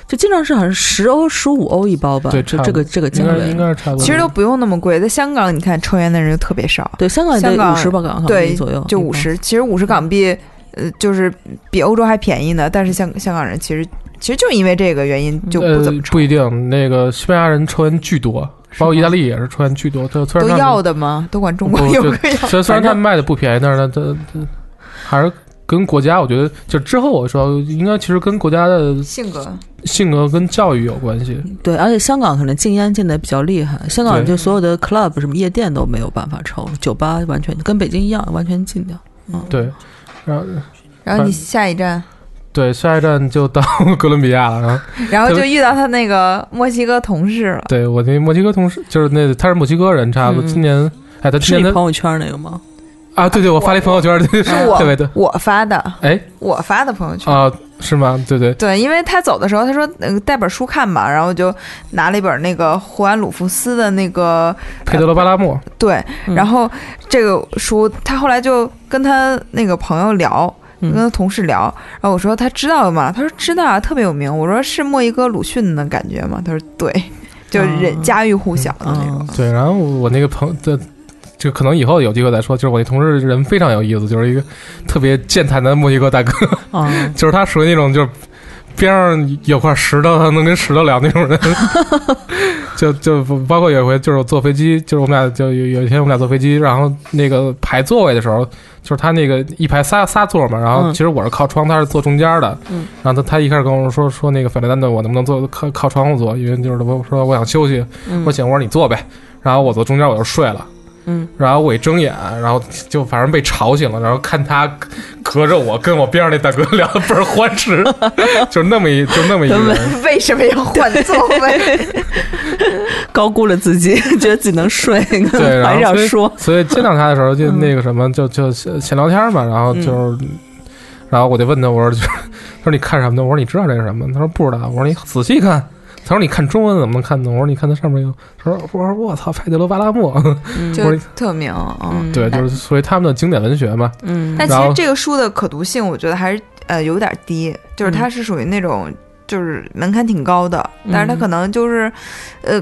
S4: 就经常是好像十欧、十五欧一包吧，
S2: 对
S4: 这
S2: 差不
S4: 这
S2: 多
S4: 个这个
S2: 应
S4: 价
S2: 该应
S4: 位。
S2: 该是差不多。
S3: 其实都不用那么贵。在香港，你看抽烟的人就特别少，
S4: 对，香港也
S3: 香
S4: 得
S3: 港
S4: 五十吧，港
S3: 对
S4: 左
S2: 哦
S4: 右，
S3: 就
S4: 一包
S3: 五。十。其实五十港币，呃，就是比欧洲还便宜呢。但是香香港人其实其实就因为这个原因就不
S2: 呃
S3: 怎么抽，
S2: 不一定，那个西班牙人抽烟巨多，包括意大利也是抽烟巨多。这虽
S3: 都
S2: 然他
S3: 要
S2: 们
S3: 的吗？都管中国
S2: 不
S3: 有
S2: 就
S3: 个 药。
S2: 虽然虽然
S4: 反正
S2: 他们卖的不便宜，但是他他还是跟国家，我觉得就之后我说应该其实跟国家的
S3: 性格
S2: 性格跟教育有关系。
S3: 嗯
S4: 对，而且香港可能禁烟禁的比较厉害，香港
S2: 对
S4: 就所有的 club 什么夜店都没有办法抽，酒吧完全跟北京一样，完全禁掉。
S2: 对，然后
S3: 然后你下一站，
S2: 对下一站就到 哥伦比亚了，然后
S3: 然后就遇到他那个墨西哥同事了。
S2: 对我那墨西哥同事就是那他是墨西哥人，差不多
S4: 嗯
S2: 今年哎他今
S4: 是你
S2: 年他
S4: 朋友圈那个吗？
S2: 啊对对我发了一朋友圈，对
S3: 是我
S2: 对对对，
S3: 我发的，
S2: 哎
S3: 我发的朋友圈。
S2: 啊是吗？对对
S3: 对，因为他走的时候，他说、呃、带本书看吧，然后就拿了一本那个胡安·鲁夫斯的那个
S2: 佩德罗巴拉莫
S3: 对，
S4: 嗯
S3: 然后这个书他后来就跟他那个朋友聊。
S4: 嗯
S3: 跟他同事聊，然后我说他知道吗？他说知道啊，特别有名。我说是墨西哥鲁迅的感觉吗？他说对，就是人
S4: 啊
S3: 家喻户晓的那种。
S4: 嗯，
S2: 对，然后我那个朋的。就可能以后有机会再说，就是我那同事人非常有意思，就是一个特别健谈的墨西哥大哥，
S4: 啊，
S2: 就是他属于那种就是边上有块石头，他能跟石头聊那 种人。就就包括有一回，就是我坐飞机，就是我们俩就有有一天我们俩坐飞机，然后那个排座位的时候，就是他那个一排仨仨座嘛，然后
S4: 嗯
S2: 其实我是靠窗，他是坐中间的。
S4: 嗯
S2: 然后他他一开始跟我说说那个费雷丹的，我能不能坐靠靠窗户坐？因为就是我说我想休息，
S4: 嗯
S2: 我，行，我说你坐呗。然后我坐中间我就睡了。
S4: 嗯，
S2: 然后我一睁眼，然后就反正被吵醒了，然后看他隔着我跟我边上那大哥聊得倍儿欢 实，就是那么一就那么一个
S4: 嗯
S2: 人，
S3: 为什么要 换座 位？
S4: 高估了自己， 觉得自己能睡，
S2: 对，
S4: 还
S2: 然
S4: 是要
S2: 后
S4: 说，
S2: 所以所以见到他的时候就那个什么，就就闲闲聊天嘛，然后就是，
S4: 嗯
S2: 然后我就问他，我说 就是，他说你看什么呢？我说你知道这是什么？他说不知道。我说你仔细看。他说你看中文怎么能看懂？我说你看它上面有。他说我说我操，派德罗巴拉莫。
S3: 就特名嗯。
S4: 嗯，
S2: 对，就是所以他们的经典文学嘛。
S4: 嗯，
S3: 但
S4: 嗯，
S3: 其
S2: 然
S3: 实
S2: 后
S3: 这个书的可读性，我觉得还是呃有点低，就是
S4: 嗯
S3: 它是属于那种就是门槛挺高的，但是它
S4: 嗯
S3: 可能就是呃。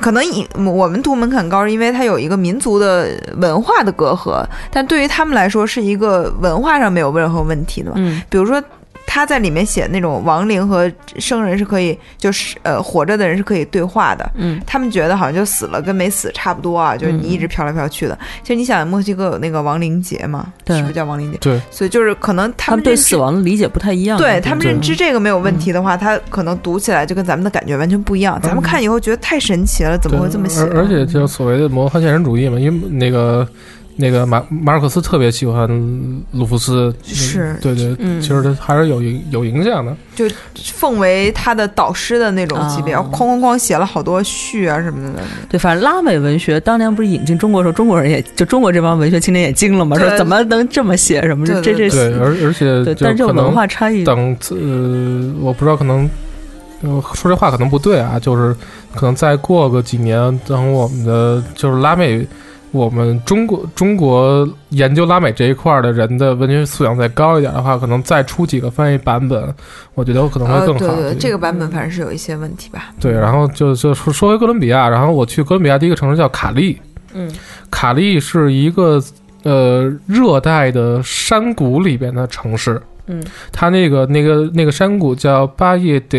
S3: 可能以我们读门槛高，是因为它有一个民族的文化的隔阂，但对于他们来说是一个文化上没有任何问题的嘛。
S4: 嗯，
S3: 比如说，他在里面写那种亡灵和生人是可以，就是呃活着的人是可以对话的，
S4: 嗯，
S3: 他们觉得好像就死了跟没死差不多啊，就是你一直飘来飘去的。其实你想，墨西哥有那个亡灵节嘛，
S4: 对
S3: 是不是叫亡灵节？
S2: 对，
S3: 所以就是可能他
S4: 他
S3: 们
S4: 们对
S3: 认知
S4: 死亡的嗯理解不太一样，
S3: 对他们
S2: 对
S3: 认知这个没有问题的话，他可能读起来就跟咱们的感觉完全不一样。
S4: 嗯
S3: 咱们看以后觉得太神奇了，怎么
S2: 对，
S3: 会这么写？啊
S2: 而而且就是所谓的魔幻现实主义嘛，因为那个那个马马尔克斯特别喜欢鲁夫斯，
S3: 是
S2: 对对，
S4: 嗯
S2: 其实他还是有影有影响的。
S3: 奉为他的导师的那种级别，
S4: 啊
S3: 哐哐哐写了好多序啊什么的。
S4: 对，反正拉美文学当年不是引进中国的时候，中国人也就中国这帮文学青年也惊了嘛，
S3: 对
S4: 说怎么能这么写什么这
S3: 对对
S4: 这
S2: 对，
S4: 这，
S2: 而而且
S4: 对，
S2: 就
S4: 但是这
S2: 可
S4: 种文
S2: 能
S4: 化差异，
S2: 等呃，我不知道可能。呃说这话可能不对啊，就是可能再过个几年，等我们的就是拉美，我们中国中国研究拉美这一块儿的人的文学素养再高一点的话，可能再出几个翻译版本，我觉得可能会
S3: 呃，
S2: 更
S3: 对
S2: 好。
S3: 对，
S2: 对
S3: 这个版本反正是有一些问题吧。
S2: 对，
S4: 嗯
S2: 然后就就说说回哥伦比亚，然后我去哥伦比亚第一个城市叫卡利，
S4: 嗯
S2: 卡利是一个呃热带的山谷里边的城市，
S4: 嗯，
S2: 它那个那个那个山谷叫巴叶德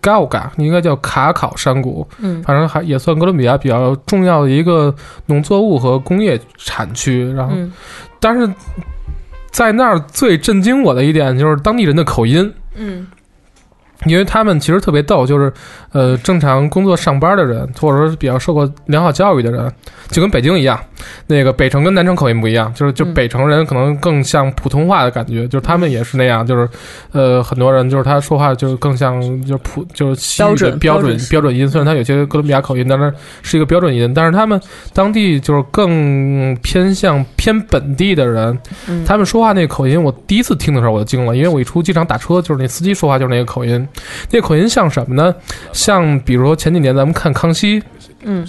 S2: 高嘎，应该叫卡考山谷，
S4: 嗯
S2: 反正还也算哥伦比亚比较重要的一个农作物和工业产区，然后、
S4: 嗯
S2: 但是在那儿最震惊我的一点就是当地人的口音，
S4: 嗯
S2: 因为他们其实特别逗，就是呃，正常工作上班的人，或者说是比较受过良好教育的人，就跟北京一样，那个北城跟南城口音不一样，就是就
S4: 嗯
S2: 北城人可能更像普通话的感觉，就是他们也是那样，就是呃，很多人就是他说话就是更像就是普就是西
S4: 标
S2: 语的
S4: 准
S2: 标
S4: 标准
S2: 准标准音，虽然他有些哥伦比亚口音，但是是一个标准音，但是他们当地就是更偏向偏本地的人，
S4: 嗯，
S2: 他们说话那口音，我第一次听的时候我就惊了，因为我一出机场打车，就是那司机说话就是那个口音，那口音像什么呢？像比如说前几年咱们看《康熙》，
S4: 嗯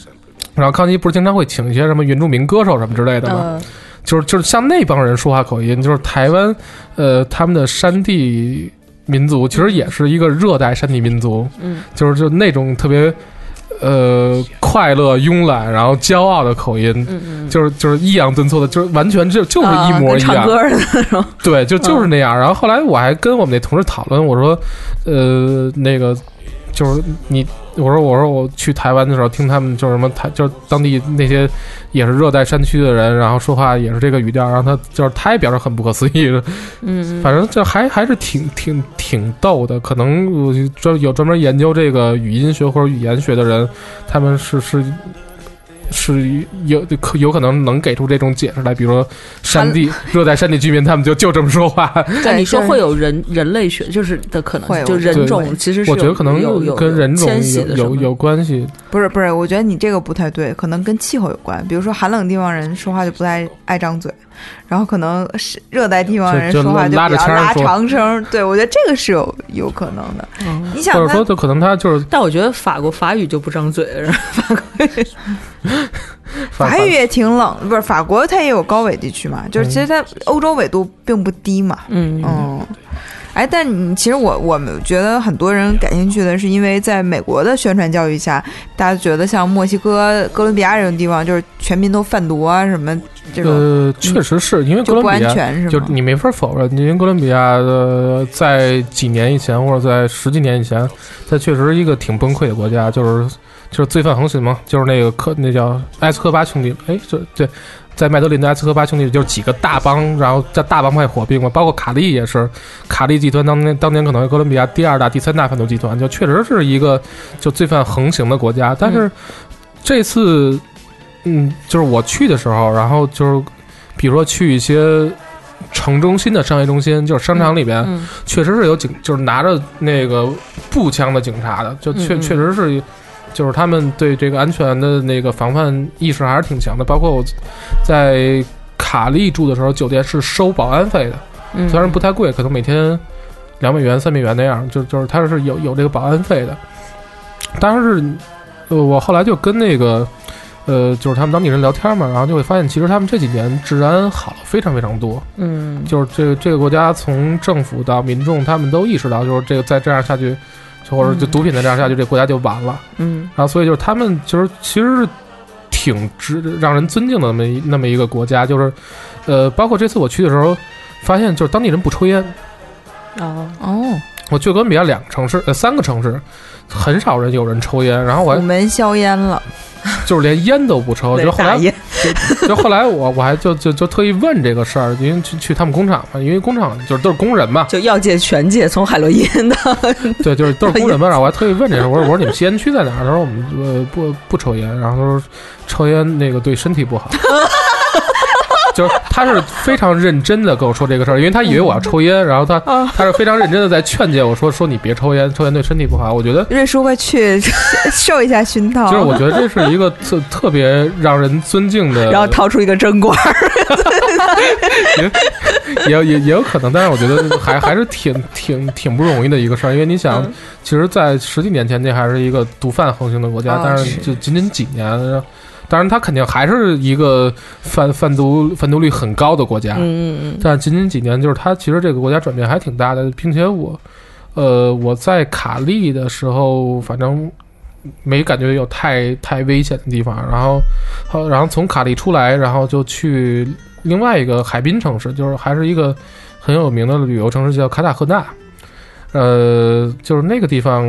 S2: 然后康熙不是经常会请一些什么原住民歌手什么之类的吗？
S4: 嗯
S2: 就是就是像那帮人说话口音，就是台湾，呃，他们的山地民族其实也是一个热带山地民族，
S4: 嗯，
S2: 就是就那种特别，呃，快乐、慵懒，然后骄傲的口音，
S4: 嗯
S2: 就是就是抑扬顿挫的，就是完全就就是一模一
S4: 啊跟唱
S2: 样，
S4: 歌似的那种，
S2: 对，就就是那样。然后后来我还跟我们那同事讨论，我说，呃，那个就是你，我说我说我去台湾的时候听他们就是什么台，就是当地那些也是热带山区的人，然后说话也是这个语调，然后他就是他也表示很不可思议的，
S4: 嗯，
S2: 反正这还还是挺挺挺逗的。可能我就专有专门研究这个语音学或者语言学的人，他们是是。是有可有可能能给出这种解释来，比如说山地 热带山地居民，他们就就这么说话。
S4: 但你说
S3: 就是
S4: 会有人人类学就是的可
S3: 会
S4: 能，就
S3: 我觉
S2: 得
S4: 人
S3: 会
S4: 种其实是
S2: 我觉得
S4: 有
S2: 可能
S4: 有有
S2: 跟人种
S4: 迁徙
S2: 有
S4: 的什
S2: 有
S4: 么的
S2: 有关系，
S3: 不是不是，我觉得你这个不太对，可能跟气候有关。比如说寒冷地方人说话就不太爱张嘴，然后可能是热带地方人
S2: 就就
S3: 说话就比较
S2: 拉着腔儿
S3: 拉
S2: 说
S3: 长声。对，我觉得这个是有有可能的。
S4: 嗯
S3: 你
S2: 或
S3: 想
S2: 者说
S3: 他，
S2: 就可能他就是
S4: 但我觉得法国法语就不张嘴了，
S2: 反
S3: 法语也挺冷，不是法国它也有高纬地区嘛，就是
S2: 嗯
S3: 其实它欧洲纬度并不低嘛。
S4: 嗯
S3: 嗯，哎，但你其实我我们觉得很多人感兴趣的是，因为在美国的宣传教育下，大家觉得像墨西哥、哥伦比亚这种地方，就是全民都贩毒啊什么这种，
S2: 呃，确实是因为哥
S3: 就不
S2: 伦
S3: 安
S2: 比亚。
S3: 全是
S2: 就
S3: 吗？
S2: 你没法否认，因为哥伦比亚的在几年以前，或者在十几年以前，它确实是一个挺崩溃的国家，就是就是罪犯横行嘛，就是那个科那叫埃斯科巴兄弟，哎，这对，在麦德林的埃斯科巴兄弟就是几个大帮，然后在大帮派火并嘛，包括卡利也是，卡利集团当年当年可能是哥伦比亚第二大、第三大贩毒集团，就确实是一个就罪犯横行的国家，但
S3: 嗯
S2: 是这次。嗯，就是我去的时候，然后就是，比如说去一些城中心的商业中心，就是商场里边，
S4: 嗯
S2: 确实是有警，就是拿着那个步枪的警察的，就确、
S4: 嗯嗯
S2: 确实是，就是他们对这个安全的那个防范意识还是挺强的。包括我在卡利住的时候，酒店是收保安费的，
S4: 嗯，
S2: 虽然不太贵，可能每天两美元、三美元那样，就就是它是有有这个保安费的。但是，呃，我后来就跟那个，呃，就是他们当地人聊天嘛，然后就会发现，其实他们这几年治安好了非常非常多。
S4: 嗯
S2: 就是这个这个国家从政府到民众，他们都意识到，就是这个再这样下去，就或者就
S4: 嗯
S2: 毒品再这样下去，这国家就完了。
S4: 嗯
S2: 然后所以就是他们就是其实是挺值让人尊敬的那么一那么一个国家，就是呃，包括这次我去的时候，发现就是当地人不抽烟。
S4: 哦，
S3: 哦，
S2: 我去哥伦比亚两个城市，呃，三个城市，很少人有人抽烟，然后我
S3: 我
S2: 还
S3: 们硝烟了，
S2: 就是连烟都不抽，就后
S4: 打
S2: 来
S4: 野
S2: 就后来我我还就就就特意问这个事儿，因为去去他们工厂嘛，因为工厂就是都是工人嘛，
S4: 就药界全界，从海洛因到
S2: 对，就是都是工人嘛，然后我还特意问这事儿，我说我说你们吸烟区在哪儿？他说我们呃不不抽烟，然后他说抽烟那个对身体不好，就是他是非常认真的跟我说这个事儿，因为他以为我要抽烟，然后他
S4: 啊
S2: 他是非常认真的在劝诫我说说你别抽烟，抽烟对身体不好。我觉得
S3: 瑞叔快去 受一下熏陶。
S2: 就是我觉得这是一个特特别让人尊敬的，
S4: 然后掏出一个针管，
S2: 也有也也有可能，但是我觉得还还是挺挺挺不容易的一个事儿，因为你想，
S4: 嗯
S2: 其实，在十几年前这还是一个毒贩横行的国家，
S3: 啊
S2: 但
S3: 是
S2: 是就仅仅几年，当然它肯定还是一个贩贩毒贩毒率很高的国家，
S4: 嗯嗯
S2: 但仅仅几年，就是它其实这个国家转变还挺大的，并且我，呃，我在卡利的时候，反正没感觉有太太危险的地方。然后，好，然后从卡利出来，然后就去另外一个海滨城市，就是还是一个很有名的旅游城市，叫卡塔赫纳。呃，就是那个地方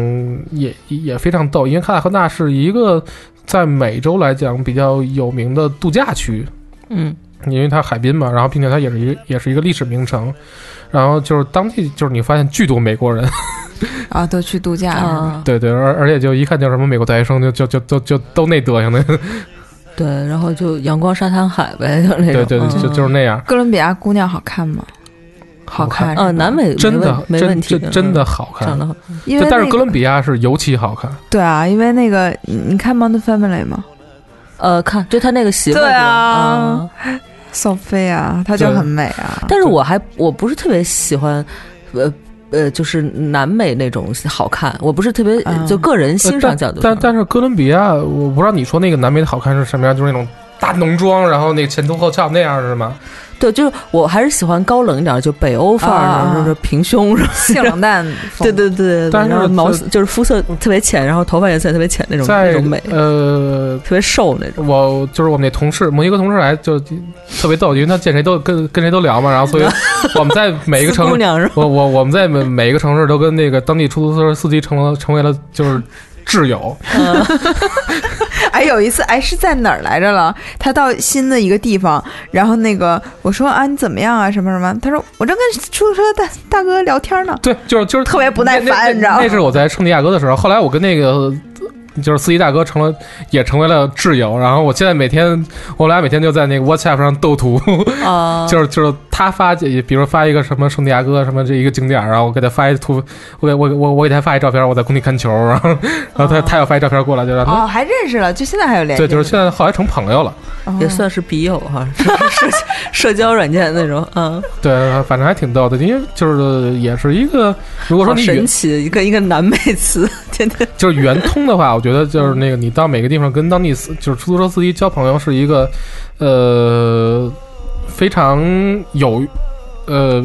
S2: 也也非常逗，因为卡塔赫纳是一个在美洲来讲比较有名的度假区，
S4: 嗯
S2: 因为它海滨嘛，然后并且它也是一个也是一个历史名城，然后就是当地就是你发现巨多美国人，
S3: 啊，都去度假
S4: 嗯
S3: 了。
S4: 啊，
S2: 对对，而而且就一看就是什么美国大学生，就就就就就都那德行的，
S4: 嗯对，然后就阳光沙滩海呗，就
S2: 对
S4: 那种，
S2: 对
S4: 嗯
S2: 对，就就是那样，
S3: 哥伦比亚姑娘好看吗？好看
S4: 嗯，南美
S2: 真
S4: 没
S2: 的
S4: 问没问题
S2: 真，真真的好
S4: 嗯长
S2: 看。
S4: 得好，
S3: 因为
S2: 对，
S3: 那
S2: 但
S3: 个
S2: 是哥伦比亚是尤其好看，
S3: 对啊，因为那个你你看《Modern Family》吗？
S4: 呃，看就他那个媳妇儿
S3: 对啊
S4: 啊。
S3: 索菲啊，她就
S2: 对
S3: 很美啊。
S4: 但是我还我不是特别喜欢，呃，呃，就是南美那种好看，我不是特别、
S3: 嗯
S4: 就个人欣赏
S2: 呃
S4: 角度上
S2: 但但但是哥伦比亚，我不知道你说那个南美的好看是什么样，就是那种大浓妆，然后那个前凸后翘那样是吗？
S4: 对，就是我还是喜欢高冷一点，就北欧范儿
S3: 啊
S4: 的，就是平胸，然后
S3: 性冷淡 风，
S4: 对对对，对
S2: 但是
S4: 然后毛
S2: 就
S4: 色就是肤色特别浅，然后头发颜色也特别浅那种那
S2: 在
S4: 种美，
S2: 呃，
S4: 特别瘦那种。
S2: 我就是我们那同事，某一个同事来就特别逗，因为他见谁都跟跟谁都聊嘛，然后 所以我们在每一个
S4: 四
S2: 城
S4: 姑
S2: 市，
S4: 娘是吧？
S2: 我我我们在每每一个城市都跟那个当地出租车司机成了成为了就是挚友，
S3: 哎，有一次，哎，是在哪儿来着了？他到新的一个地方，然后那个我说啊，你怎么样啊，什么什么？他说我正跟出租车大大哥聊天呢。
S2: 对，就是就是
S3: 特别不耐
S2: 那那
S3: 烦你知道吗
S2: 那是我在圣地亚哥的时候，后来我跟那个。就是司机大哥成了，也成为了挚友。然后我现在每天，我俩每天就在那个 WhatsApp 上斗图，
S3: 哦
S4: 啊，
S2: 就是就是他发，比如发一个什么圣地亚哥什么这一个景点儿，然后我给他发一图，我给我我我给他发一照片，我在工地看球，然后然后他他要发一照片过来，就让他，
S3: 哦，还认识了，就现在还有联系
S2: 对，
S3: 吗。
S2: 就是现在后来成朋友了。
S3: 哦
S4: 也算是笔友哈，社社交软件那种，嗯，
S2: 对，反正还挺逗的，因为就是也是一个，如果说
S4: 好
S2: 你
S4: 神
S2: 远
S4: 奇，一个一个南美词，天天
S2: 就是圆通的话，我觉得就是那个你到每个地方跟当地司就是出租车司机交朋友是一个，呃，非常有，呃。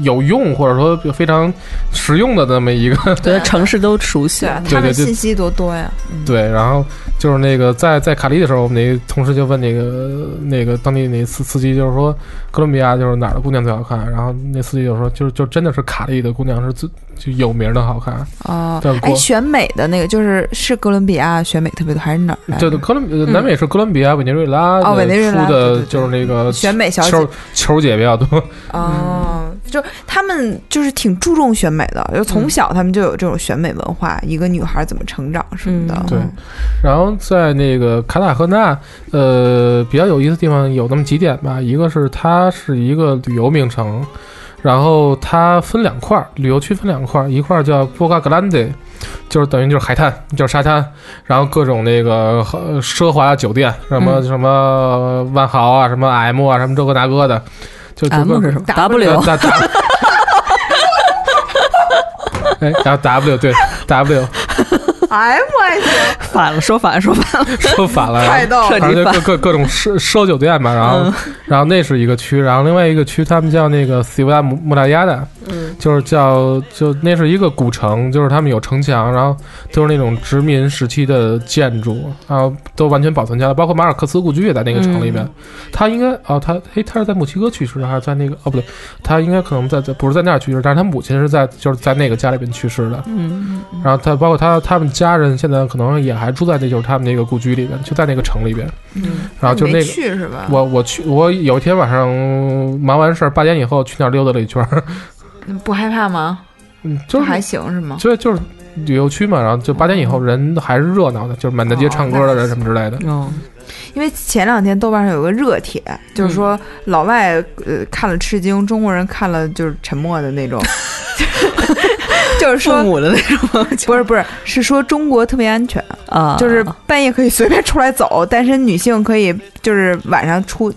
S2: 有用或者说非常实用的那么一个
S4: 对城市都熟悉
S3: 对，啊，
S2: 对
S3: 他
S2: 对
S3: 们
S2: 对
S3: 信息多多呀。
S2: 对，然后就是那个在在卡利的时候，我们那个同事就问那个那个当地那司司机，就是说哥伦比亚就是哪儿的姑娘最好看，然后那司机就说，就是就真的是卡利的姑娘是最就有名的好看，
S3: 哦
S2: 对，
S3: 哎，
S2: 我
S3: 选美的那个就是是哥伦比亚选美特别多，还是哪儿来
S2: 对
S3: 着
S2: 对，？哥伦比
S3: 嗯
S2: 南美是哥伦比啊亚、委内瑞拉
S3: 哦委内瑞拉
S2: 出
S3: 对对
S2: 的
S3: 对
S2: 就是那个
S3: 选美小姐
S2: 球球姐比较多，
S3: 哦，就是他们就是挺注重选美的，就从小他们就有这种选美文化，一个女孩怎么成长什么的
S4: 嗯。
S2: 对然后在那个卡塔赫纳，呃，比较有意思的地方有那么几点吧。一个是它是一个旅游名城，然后它分两块儿，旅游区分两块儿，一块儿叫波卡格兰德，就是等于就是海滩，就是沙滩，然后各种那个呃奢华酒店，什么、
S4: 嗯
S2: 什么万豪啊，什么 M 啊，什么这个那个的，就就
S4: M
S2: 各
S4: 是什么
S3: W
S2: 呃
S4: W
S2: 打 打。哎，然后 W 对 W
S3: 哎我去，
S4: 反了，说反了，说反了，
S2: 说反了，然后
S3: 太逗了
S4: 彻底
S2: 反正就各
S4: 反
S2: 各各种奢奢酒店嘛，然后、
S4: 嗯
S2: 然后那是一个区，然后另外一个区他们叫那个 c i u d a d Murallada，
S4: 嗯
S2: 就是叫就那是一个古城，就是他们有城墙，然后都是那种殖民时期的建筑，然后都完全保存下来，包括马尔克斯故居也在那个城里边。他应该哦，他诶，他是在墨西哥去世还是在那个哦不对，他应该可能在在不是在那儿去世，但是他母亲是在就是在那个家里边去世的。
S4: 嗯，
S2: 然后他包括他他们家人现在可能也还住在那就是他们那个故居里边，就在那个城里边。
S4: 嗯
S2: 然啊后就
S3: 你
S2: 那
S3: 没
S2: 个
S3: 去啊是吧？
S2: 我我去我有一天晚上忙完事儿八点以后去那儿溜达了一圈儿，
S3: 嗯不害怕吗？
S2: 嗯，就是
S3: 还行是吗？
S2: 就就是旅游区嘛，然后就八点以后人还是热
S3: 哦
S2: 闹的，就是满大街唱歌的人什么之类的。
S4: 哦，
S3: 因为前两天豆瓣上有个热帖，就
S2: 嗯
S3: 是说老外呃看了吃惊，中国人看了就是沉默的那种， 就是
S4: 父
S3: 说
S4: 母的那种，
S3: 不是不是是说中国特别安全，
S4: 啊，
S3: 就是半夜可以随便出来走，单身女性可以就是晚上出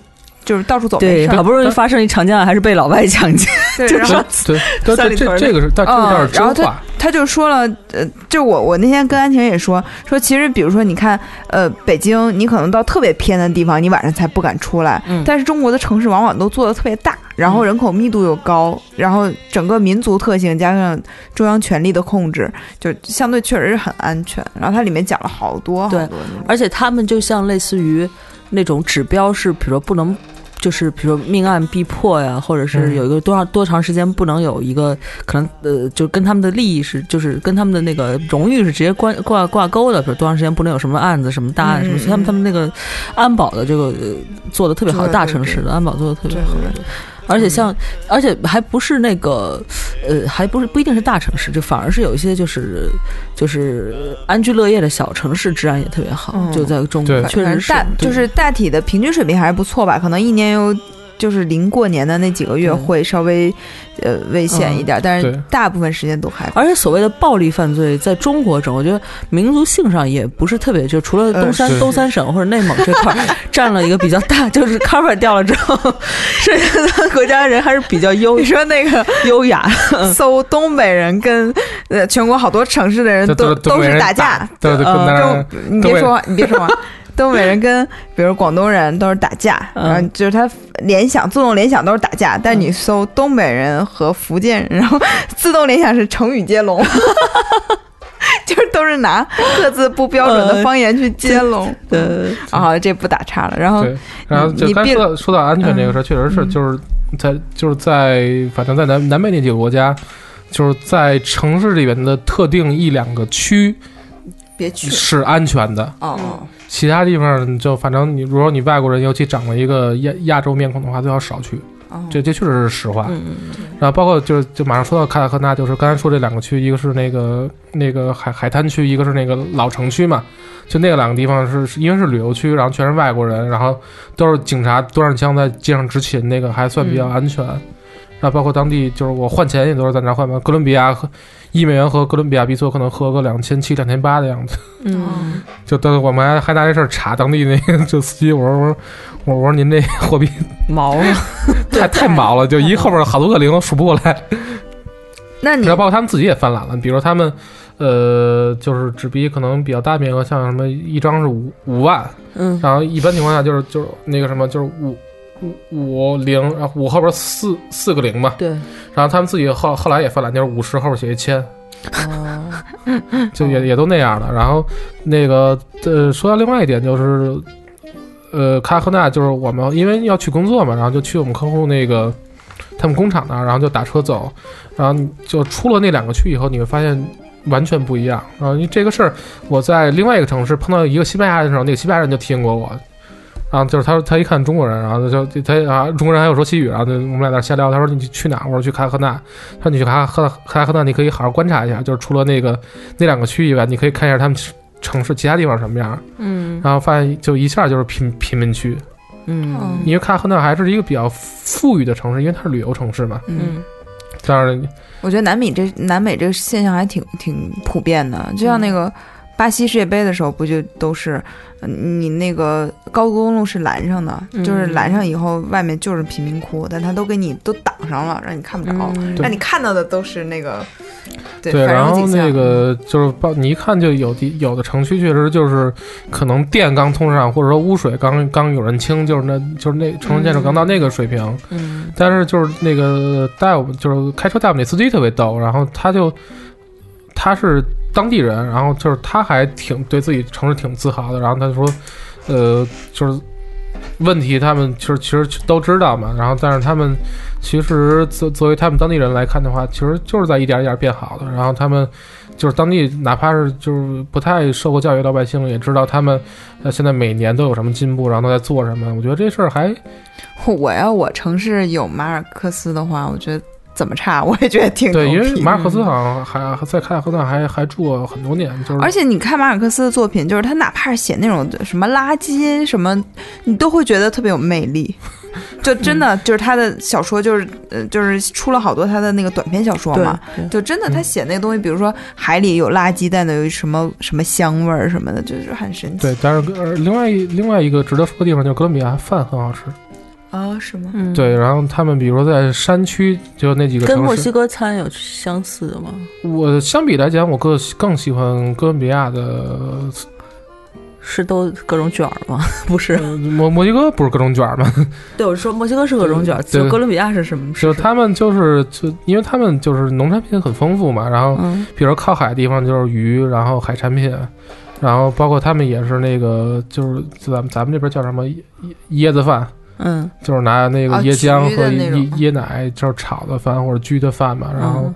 S3: 就是到处走没
S4: 对，
S3: 事儿
S4: 好不容易发生一强奸案，还是被老外强奸，
S3: 对，
S4: 就是
S3: 然后
S2: 对对，
S4: 三
S2: 这
S4: 里屯
S2: 这
S4: 儿
S2: 这个是，但这个倒是
S3: 嗯然后
S2: 真
S3: 他
S2: 话。
S3: 他就说了，呃，就我我那天跟安晴也说说，其实比如说你看，呃，北京你可能到特别偏的地方，你晚上才不敢出来，
S4: 嗯
S3: 但是中国的城市往往都做的特别大，然后人口密度又高，然后整个民族特性加上中央权力的控制，就相对确实是很安全。然后它里面讲了好多好
S4: 对
S3: 多那种，
S4: 而且他们就像类似于那种指标是，比如说不能。就是比如说命案必破呀，或者是
S2: 嗯
S4: 有一个多长多长时间不能有一个可能呃，就跟他们的利益是，就是跟他们的那个荣誉是直接关挂挂钩的。比如多长时间不能有什么案子、什么大案什
S3: 嗯嗯
S4: 么，所以他
S3: 嗯
S4: 们他们那个安保的这个呃做的特别好，
S3: 对
S4: 大
S3: 对
S4: 城市的安保做的特别
S3: 对
S4: 好。
S3: 对对，
S4: 而且像，而且还不是那个，呃，还不是不一定是大城市，就反而是有一些就是就是安居乐业的小城市，治安也特别好，
S3: 嗯
S4: 就在中
S2: 对
S4: 国，确
S3: 反正
S4: 实是
S3: 大就是大体的平均水平还是不错吧，可能一年有就是临过年的那几个月
S4: 嗯
S3: 会稍微呃危险一点，但是
S2: 对
S3: 大部分时间都还好。
S4: 而且所谓的暴力犯罪，在中国整，我觉得民族性上也不是特别，就除了东山、
S2: 呃是
S4: 东三省或者内蒙这块儿占了一个比较大， 就是 cover 掉了之后，剩下的国家人还是比较优
S3: 你说那个
S4: 优雅。
S3: 搜东北人跟呃全国好多城市的人
S2: 这
S3: 都
S2: 东
S3: 都
S2: 北
S3: 是
S2: 人
S3: 打架，嗯
S2: 对对，跟
S4: 呃
S2: 那儿
S3: 中，你 别说话，你别说话。东北人跟比如广东人都是打架，
S4: 嗯
S3: 然后就是他联想自动联想都是打架，
S2: 嗯
S3: 但你搜东北人和福建人，然后 自动联想是成语接龙， 就是都是拿各自不标准
S2: 嗯
S3: 的
S4: 呃
S3: 方言去接龙。
S4: 呃，
S3: 啊，这不打岔了。然后
S2: 对，然后就
S3: 嗯你
S2: 刚才
S3: 别嗯
S2: 说到说到安全这个事儿，确实是就是在就是在反正在南南美那几个国家，就是在城市里面的特定一两个区
S3: 别去
S2: 是安全的，
S3: 哦，
S2: 其他地方就反正你如果你外国人，尤其长了一个亚亚洲面孔的话，最好少去。
S3: 哦
S2: 这这确实是实话。
S4: 嗯，
S2: 然后包括就是就马上说到卡塔克纳，就是刚才说这两个区，一个是那个那个海海滩区，一个是那个老城区嘛。就那两个地方是是因为是旅游区，然后全是外国人，然后都是警察端着枪在街上执勤，那个还算比
S4: 嗯
S2: 较安全。然后包括当地就是我换钱也都是在那儿换嘛，哥伦比亚和一美元和哥伦比亚比索可能合个两千七、两千八的样子。
S4: 嗯，
S2: 就当时我们还还拿这事儿查当地那个就司机，我说我说我说您这 货币
S4: 毛
S2: 太太毛了，就一后边好多个零都数不过来。
S3: 那你
S2: 然后包括他们自己也犯懒了，比如他们呃就是纸币可能比较大面额，像什么一张是五五万，
S4: 嗯
S2: 然后一般情况下就是就是那个什么就是五。五五零，然后五后边四四个零嘛，
S4: 对，
S2: 然后他们自己后后来也犯懒，就是五十后边写一千，
S4: 哦
S2: 就也也都那样的。然后那个呃，说到另外一点就是，呃，卡赫纳就是我们因为要去工作嘛，然后就去我们客户那个他们工厂那儿，然后就打车走，然后你就出了那两个区以后，你会发现。完全不一样，然后因为这个事儿，我在另外一个城市碰到一个西班牙人的时候，那个西班牙人就提醒过我，然后就是他他一看中国人，然后就就他啊中国人还有说西语，然后就我们俩在那儿瞎聊，他说你去哪儿？我说去卡赫纳，他说你去卡赫卡赫纳，你可以好好观察一下，就是除了那个那两个区以外，你可以看一下他们城市其他地方什么样，
S4: 嗯
S2: 然后发现就一下就是贫贫民区，
S4: 嗯
S2: 因为卡赫纳还是一个比较富裕的城市，因为它是旅游城市嘛。
S3: 嗯，
S4: 嗯
S2: 当然，
S3: 我觉得南美这南美这个现象还挺挺普遍的，就像那个巴西世界杯的时候，不就都是嗯你那个高速公路是拦上的，
S4: 嗯
S3: 就是拦上以后外面就是贫民窟，但他都给你都挡上了，让你看不着，
S4: 嗯
S2: 对
S3: 让你看到的都是那个对
S2: 对，
S3: 繁
S2: 然
S3: 荣
S2: 后
S3: 景象
S2: 那个就是包，你一看就有地有的城区确实就是可能电刚通上，或者说污水刚刚有人清，就是那就是那城市建筑刚到那个水平。
S4: 嗯
S2: 但是就是那个带我们就是开车带我们那司机特别逗，然后他就他是当地人，然后就是他还挺对自己城市挺自豪的，然后他就说，呃，就是问题他们其实其实都知道嘛，然后但是他们其实作作为他们当地人来看的话，其实就是在一点一点变好的，然后他们。就是当地，哪怕是就是不太受过教育的老百姓，也知道他们，呃，现在每年都有什么进步，然后都在做什么。我觉得这事儿还
S3: 我要我城市有马尔克斯的话，我觉得怎么差，我也觉得挺
S2: 对，因
S3: 牛
S2: 为
S3: 逼
S2: 马尔克斯好像还还在卡塔赫纳还还住过很多年，就是
S3: 而且你看马尔克斯的作品，就是他哪怕是写那种什么垃圾什么，你都会觉得特别有魅力。就真的就是他的小说，就是呃，就是出了好多他的那个短篇小说
S4: 对
S3: 嘛。
S4: 对
S3: 就真的
S2: 嗯
S3: 他写那个东西，比如说海里有垃圾，但有一什么什么香味儿什么的，就是很神奇。
S2: 对，但是跟而另外一另外一个值得说的地方就是哥伦比亚饭很好吃，
S3: 啊，是吗？
S4: 嗯
S2: 对，然后他们比如说在山区就那几个
S4: 跟
S2: 城
S4: 墨
S2: 市
S4: 西，哥餐有相似的吗？
S2: 我相比来讲，我更更喜欢哥伦比亚的
S4: 是都各种卷儿 吗？不是，
S2: 呃墨墨西哥不是各种卷儿吗？
S4: 对我是说墨西哥是各种卷儿，
S2: 对对
S4: 就哥伦比亚是什么？
S2: 就是他们就是就因为他们就是农产品很丰富嘛，然后
S4: 嗯
S2: 比如靠海的地方就是鱼，然后海产品，然后包括他们也是那个就是咱们咱们这边叫什么椰椰子饭。
S4: 嗯
S2: 就是拿那个
S3: 啊
S2: 椰浆
S3: 橘
S2: 和
S3: 的那
S2: 椰
S3: 种
S2: 椰椰奶，就是炒的饭或者焗的饭嘛，然后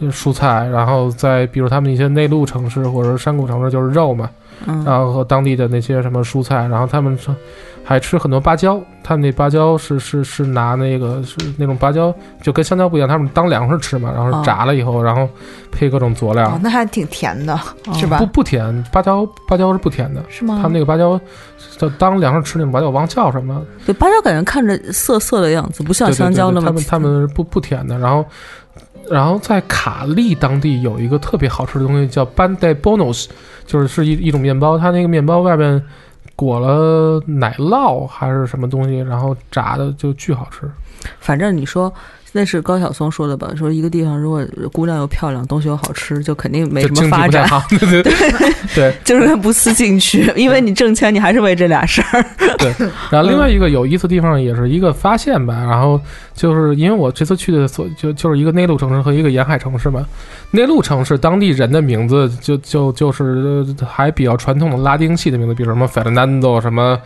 S4: 嗯
S2: 蔬菜，然后再比如他们一些内陆城市或者是山谷城市就是肉嘛，
S3: 嗯
S4: 嗯
S2: 然后和当地的那些什么蔬菜，然后他们说还吃很多芭蕉，他们那芭蕉是是是拿那个是那种芭蕉就跟香蕉不一样，他们当粮食吃嘛，然后
S4: 哦
S2: 炸了以后，然后配各种佐料，
S3: 哦，那还挺甜的，
S4: 嗯
S3: 是吧
S2: 啊哦不？不甜，芭蕉芭蕉是不甜的。
S4: 是吗？
S2: 哦他们那个芭蕉，就当粮食吃那种芭蕉，我忘叫什么了。
S4: 对芭蕉感觉看着涩涩的样子，不像
S2: 对对
S4: 香蕉
S2: 对
S4: 那么
S2: 他们他们是不不甜的。然后，然后在卡利当地有一个特别好吃的东西叫 b a n d a bonus，就是是一一种面包，它那个面包外面裹了奶酪还是什么东西，然后炸的就巨好吃。
S4: 反正你说。那是高晓松说的吧？说一个地方如果姑娘又漂亮，东西又好吃，就肯定没
S2: 就
S4: 什么
S2: 经济
S4: 发
S2: 不太
S4: 展，
S2: 好， 对对对。
S4: 就是不思 进取，因为你挣钱，你还是为这俩事儿。
S2: 然后另外一个有意思的地方也是一个发现吧，然后就是因为我这次去的所就就是一个内陆城市和一个沿海城市嘛，内陆城市当地人的名字就就就是呃还比较传统的拉丁系的名字，比如什么 Fernando 什么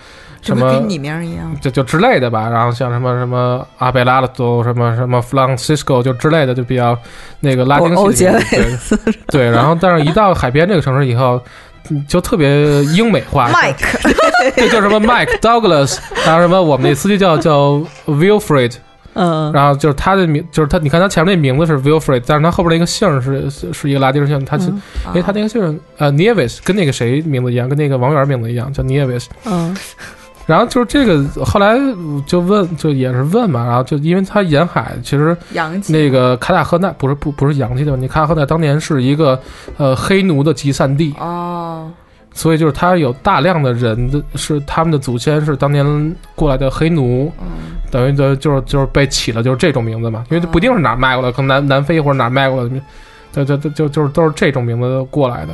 S3: 这
S2: 什
S3: 不
S2: 么
S3: 跟你名儿一样？
S2: 就就之类的吧，然后像什么什么阿贝拉多什么什么 Francisco 就之类的，就比较那个拉丁
S4: 欧欧
S2: 系
S4: 结
S2: 的
S4: 尾
S2: 名字，对对，然后但是一到海边这个城市以后。嗯就特别英美化
S3: Mike
S2: 这叫什么 Mike Douglas，然后什么我们那司机叫叫 Wilfred，
S4: 嗯，
S2: 然后就是他的名，就是他，你看他前面那名字是 Wilfred，但是他后边那个姓是是是一个拉丁姓，他是、
S4: 嗯
S2: 因为他
S3: 哦
S2: 那个姓呃 Nieves 跟那个谁名字一样，跟那个王源名字一样叫 Nieves，
S4: 嗯
S2: 然后就是这个后来就问就也是问嘛，然后就因为他沿海其实
S3: 洋气，
S2: 那个卡塔赫纳不是不不是洋气的问题，卡塔赫纳当年是一个呃黑奴的集散地，
S3: 哦，
S2: 所以就是他有大量的人的是他们的祖先是当年过来的黑奴，
S3: 嗯，
S2: 等于就就是就是被起了就是这种名字嘛，因为就不一定是哪儿卖过来，可能南南非或者哪儿卖过来的，就就就就就是都是这种名字过来的，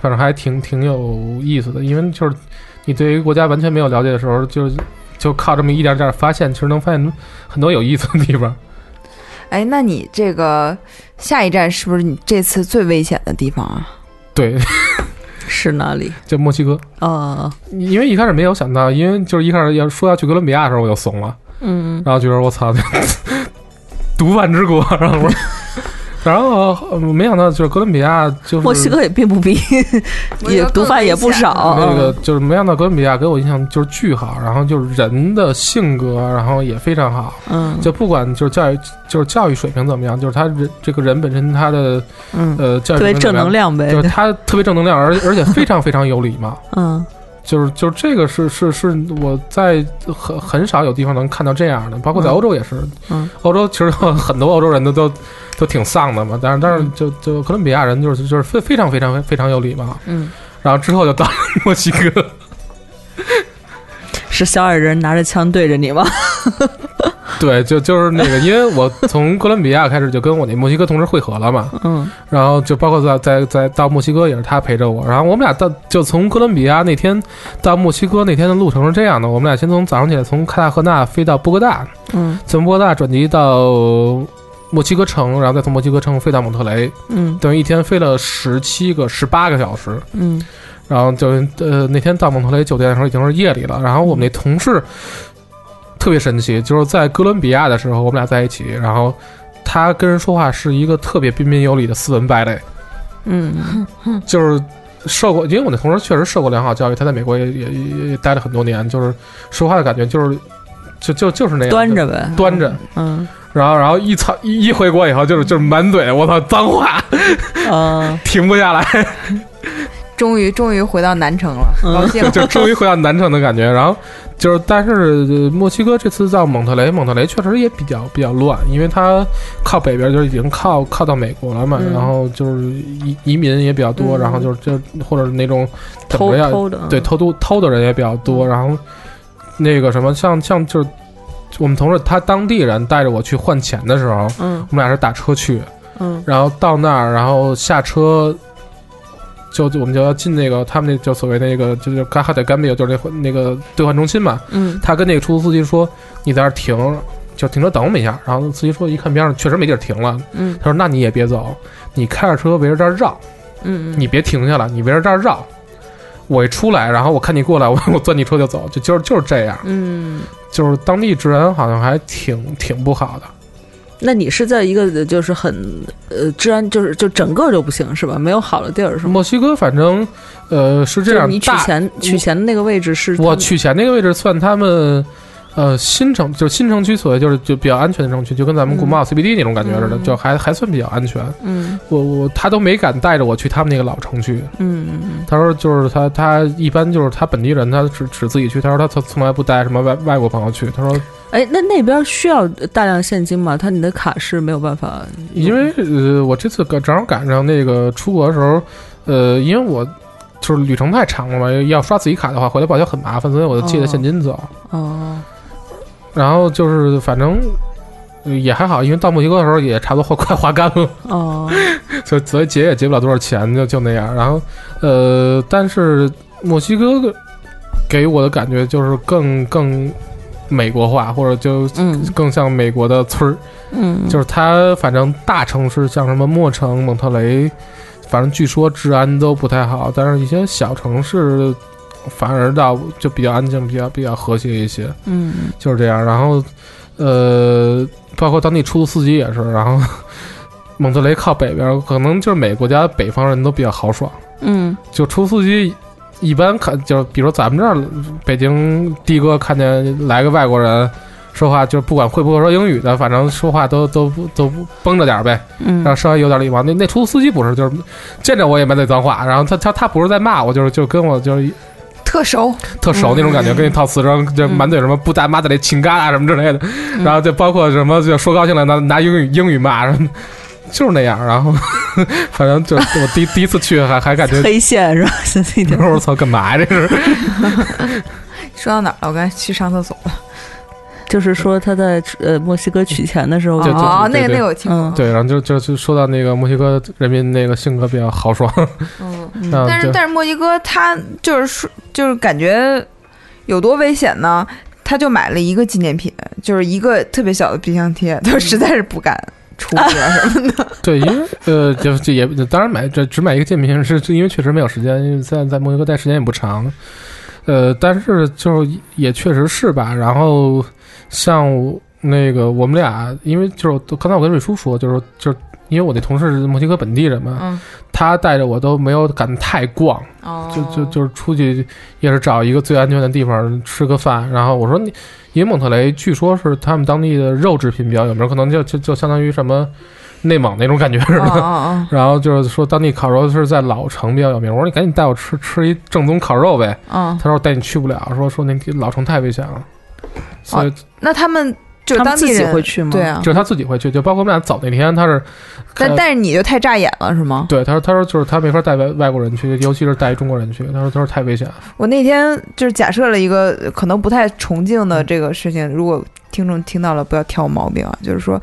S2: 反正还挺挺有意思的，因为就是你对于国家完全没有了解的时候，就就靠这么一点点发现，其实能发现很多有意思的地方。
S3: 哎，那你这个下一站是不是你这次最危险的地方啊？
S2: 对，
S4: 是哪里？
S2: 就墨西哥，
S4: 哦，
S2: 因为一开始没有想到，因为就是一开始要说要去哥伦比亚的时候，我就怂了。
S4: 嗯，
S2: 然后觉得我操， 毒贩之国，然后我，然后呃没想到就是哥伦比亚就是
S4: 墨西哥也并不比，也毒贩也不少。嗯
S2: 那个就是没想到哥伦比亚给我印象就是巨好，然后就是人的性格，然后也非常好，
S4: 嗯，
S2: 就不管就是教育就是教育水平怎么样，就是他人这个人本身他的
S4: 嗯，
S2: 呃教育
S4: 特
S2: 水
S4: 别
S2: 平怎
S4: 正
S2: 么样
S4: 能，量呗
S2: 就。 是他特别正能量，而而且非常非常有礼貌。
S4: 嗯
S2: 就是就是这个是是是我在很很少有地方能看到这样的，包括在
S4: 嗯
S2: 欧洲也是。
S4: 嗯，
S2: 欧洲其实有很多欧洲人都都都挺丧的嘛，但是但是就就哥伦比亚人就是就是非非常非常非常有礼貌。
S4: 嗯，
S2: 然后之后就到了 墨西哥，
S4: 是小矮人拿着枪对着你吗？
S2: 对，就就是那个，因为我从哥伦比亚开始就跟我那墨西哥同事会合了嘛，
S4: 嗯
S2: 然后就包括在在在到墨西哥也是他陪着我，然后我们俩到就从哥伦比亚那天到墨西哥那天的路程是这样的，我们俩先从早上起来从卡塔赫纳飞到波哥大，
S4: 嗯
S2: 从波哥大转机到墨西哥城，然后再从墨西哥城飞到蒙特雷，
S4: 嗯
S2: 等于一天飞了十七个、十八个小时。
S4: 嗯
S2: 然后就呃那天到蒙特雷酒店的时候已经是夜里了，然后我们那同事特别神奇，就是在哥伦比亚的时候我们俩在一起，然后他跟人说话是一个特别彬彬有礼的斯文败类，
S4: 嗯
S2: 就是。受过，因为我那同事确实受过良好教育，他在美国也也也也待了很多年，就是说话的感觉就是，就就就是哎那样，
S4: 端着呗。
S2: 端着，
S4: 嗯
S2: 然后然后一操一一回国以后就是就是满嘴我操脏话
S4: 啊
S2: 停不下来，
S3: 终于终于回到南城了，
S4: 嗯
S3: 高兴了。
S2: 就终于回到南城的感觉。然后就是，但是呃墨西哥这次到蒙特雷，蒙特雷确实也比较比较乱，因为它靠北边就已经靠靠到美国了嘛，
S4: 嗯
S2: 然后就是移移民也比较多，
S4: 嗯
S2: 然后就是就或者那种 怎
S4: 偷
S2: 么样
S4: 偷嗯的。
S2: 对偷渡偷的人也比较多，然后那个什么像像就是我们同事他当地人带着我去换钱的时候，
S4: 嗯
S2: 我们俩是打车去，
S4: 嗯
S2: 然后到那儿，然后下车，就就我们就要进那个他们那就所谓那个就是卡哈德甘比尔，就是那会那个兑换中心嘛。
S4: 嗯
S2: 他跟那个出租司机说：“你在这儿停，就停车等我们一下。”然后司机说：“一看边上确实没地儿停了。
S4: 嗯”
S2: 他说：“那你也别走，你开着车围着这儿绕，
S4: 嗯，
S2: 你别停下了，你围着这儿绕。我一出来，然后我看你过来，我我钻你车就走，就就是就是这样，
S4: 嗯
S2: 就是当地治安好像还挺挺不好的。
S4: 那你是在一个就是很呃治安就是就整个就不行是吧？没有好的地儿是吗？
S2: 墨西哥反正呃是这
S4: 就是
S2: 样，
S4: 你取
S2: 大
S4: 钱取钱的那个位置是
S2: 我
S4: 去
S2: 取钱那个位置算他们，呃，新城就是新城区，所谓就是就比较安全的城区，就跟咱们
S4: 嗯
S2: 古马 CBD 那种感觉似的，
S4: 嗯
S2: 就还还算比较安全。
S4: 嗯
S2: 我我他都没敢带着我去他们那个老城区，
S4: 嗯嗯
S2: 他说就是他他一般就是他本地人，他只只自己去，他说他从从来不带什么外外国朋友去，他说
S4: 嗯，哎，那那边需要大量现金吗？他你的卡是没有办法，
S2: 因为呃我这次赶正好赶上那个出国的时候，呃因为我。就是旅程太长了嘛，要刷自己卡的话，回来报销很麻烦，所以我就借的现金走。
S4: 哦，
S2: 然后就是反正呃也还好，因为到墨西哥的时候也差不多快快花干了，
S4: 哦，
S2: 所以所以结也结不了多少钱，就就那样。然后呃，但是墨西哥的给我的感觉就是更更美国化，或者就
S4: 嗯
S2: 更像美国的村儿，
S4: 嗯，
S2: 就是它反正大城市像什么墨城、蒙特雷，反正据说治安都不太好，但是一些小城市反而倒就比较安静，比较比较和谐一些。
S4: 嗯
S2: 就是这样。然后，呃，包括当地出租司机也是。然后， 蒙特雷靠北边，可能就是每个国家北方人都比较豪爽，
S4: 嗯
S2: 就出租司机。一般看就比如咱们这儿北京的哥看见来个外国人说话，就不管会不会说英语的，反正说话都都 不都不绷着点儿呗，
S4: 嗯
S2: 让稍微有点礼貌。那那出租司机不是，就是见着我也满嘴脏话，然后他他他不是在骂我，就是就跟我就是
S3: 特熟，
S2: 特熟那种感觉，
S4: 嗯
S2: 跟一套词声，就满嘴什么不大妈的那情感啊什么之类的，
S4: 嗯
S2: 然后就包括什么就说高兴了拿拿英语英语骂，然后就是那样。然后 反正就我第第一嗯次去还还感 觉，
S4: 黑线是吧？现在一点
S2: 我操，干嘛呀这是？
S3: 说到哪儿了？我刚才去上厕所了。
S4: 就是说他在呃墨西哥取钱的时候
S2: 对对
S4: 哦
S3: 哦，
S2: 对
S3: 那个
S2: 对
S3: 那个我听过。
S4: 嗯
S2: 对，然后就就就说到那个墨西哥人民那个性格比较豪爽，
S3: 嗯，
S2: 然后
S3: 但是
S2: 就
S3: 但是墨西哥他就是说就是感觉有多危险呢？他就买了一个纪念品，就是一个特别小的冰箱贴，他实在是不敢出国什么的。
S2: 对，因为呃，就就也当然买这只买一个建品是是因为确实没有时间，因为现在在墨西哥待时间也不长，呃，但是就是也确实是吧。然后像我那个我们俩，因为就是我刚才我跟瑞叔说，就是就是因为我那同事是墨西哥本地人嘛，
S3: 嗯，
S2: 他带着我都没有敢太逛，
S4: 嗯
S3: 哦
S2: 就就就是出去也是找一个最安全的地方吃个饭。然后我说你，因为蒙特雷据说是他们当地的肉制品比较有名，可能就就就相当于什么内蒙那种感觉似
S3: 哦
S2: 的。
S3: 哦
S2: 然后就是说当地烤肉是在老城比较有名，我说你赶紧带我吃吃一正宗烤肉呗。
S3: 哦哦，
S2: 他说我带你去不了，说说那老城太危险了，所以
S3: 那他们就是
S4: 他
S3: 当
S4: 们自
S3: 地
S4: 己
S3: 人
S4: 会去吗？
S3: 对，啊，
S2: 就是他自己会去，就包括我们俩走那天他是，
S3: 但
S2: 呃
S3: 但是你就太扎眼了是吗？
S2: 对他说他说就是他没法带外外国人去，尤其是带中国人去，他说他说太危险了。
S3: 我那天就是假设了一个呃可能不太崇敬
S2: 嗯
S3: 的这个事情，如果听众听到了，不要挑我毛病啊。就是说，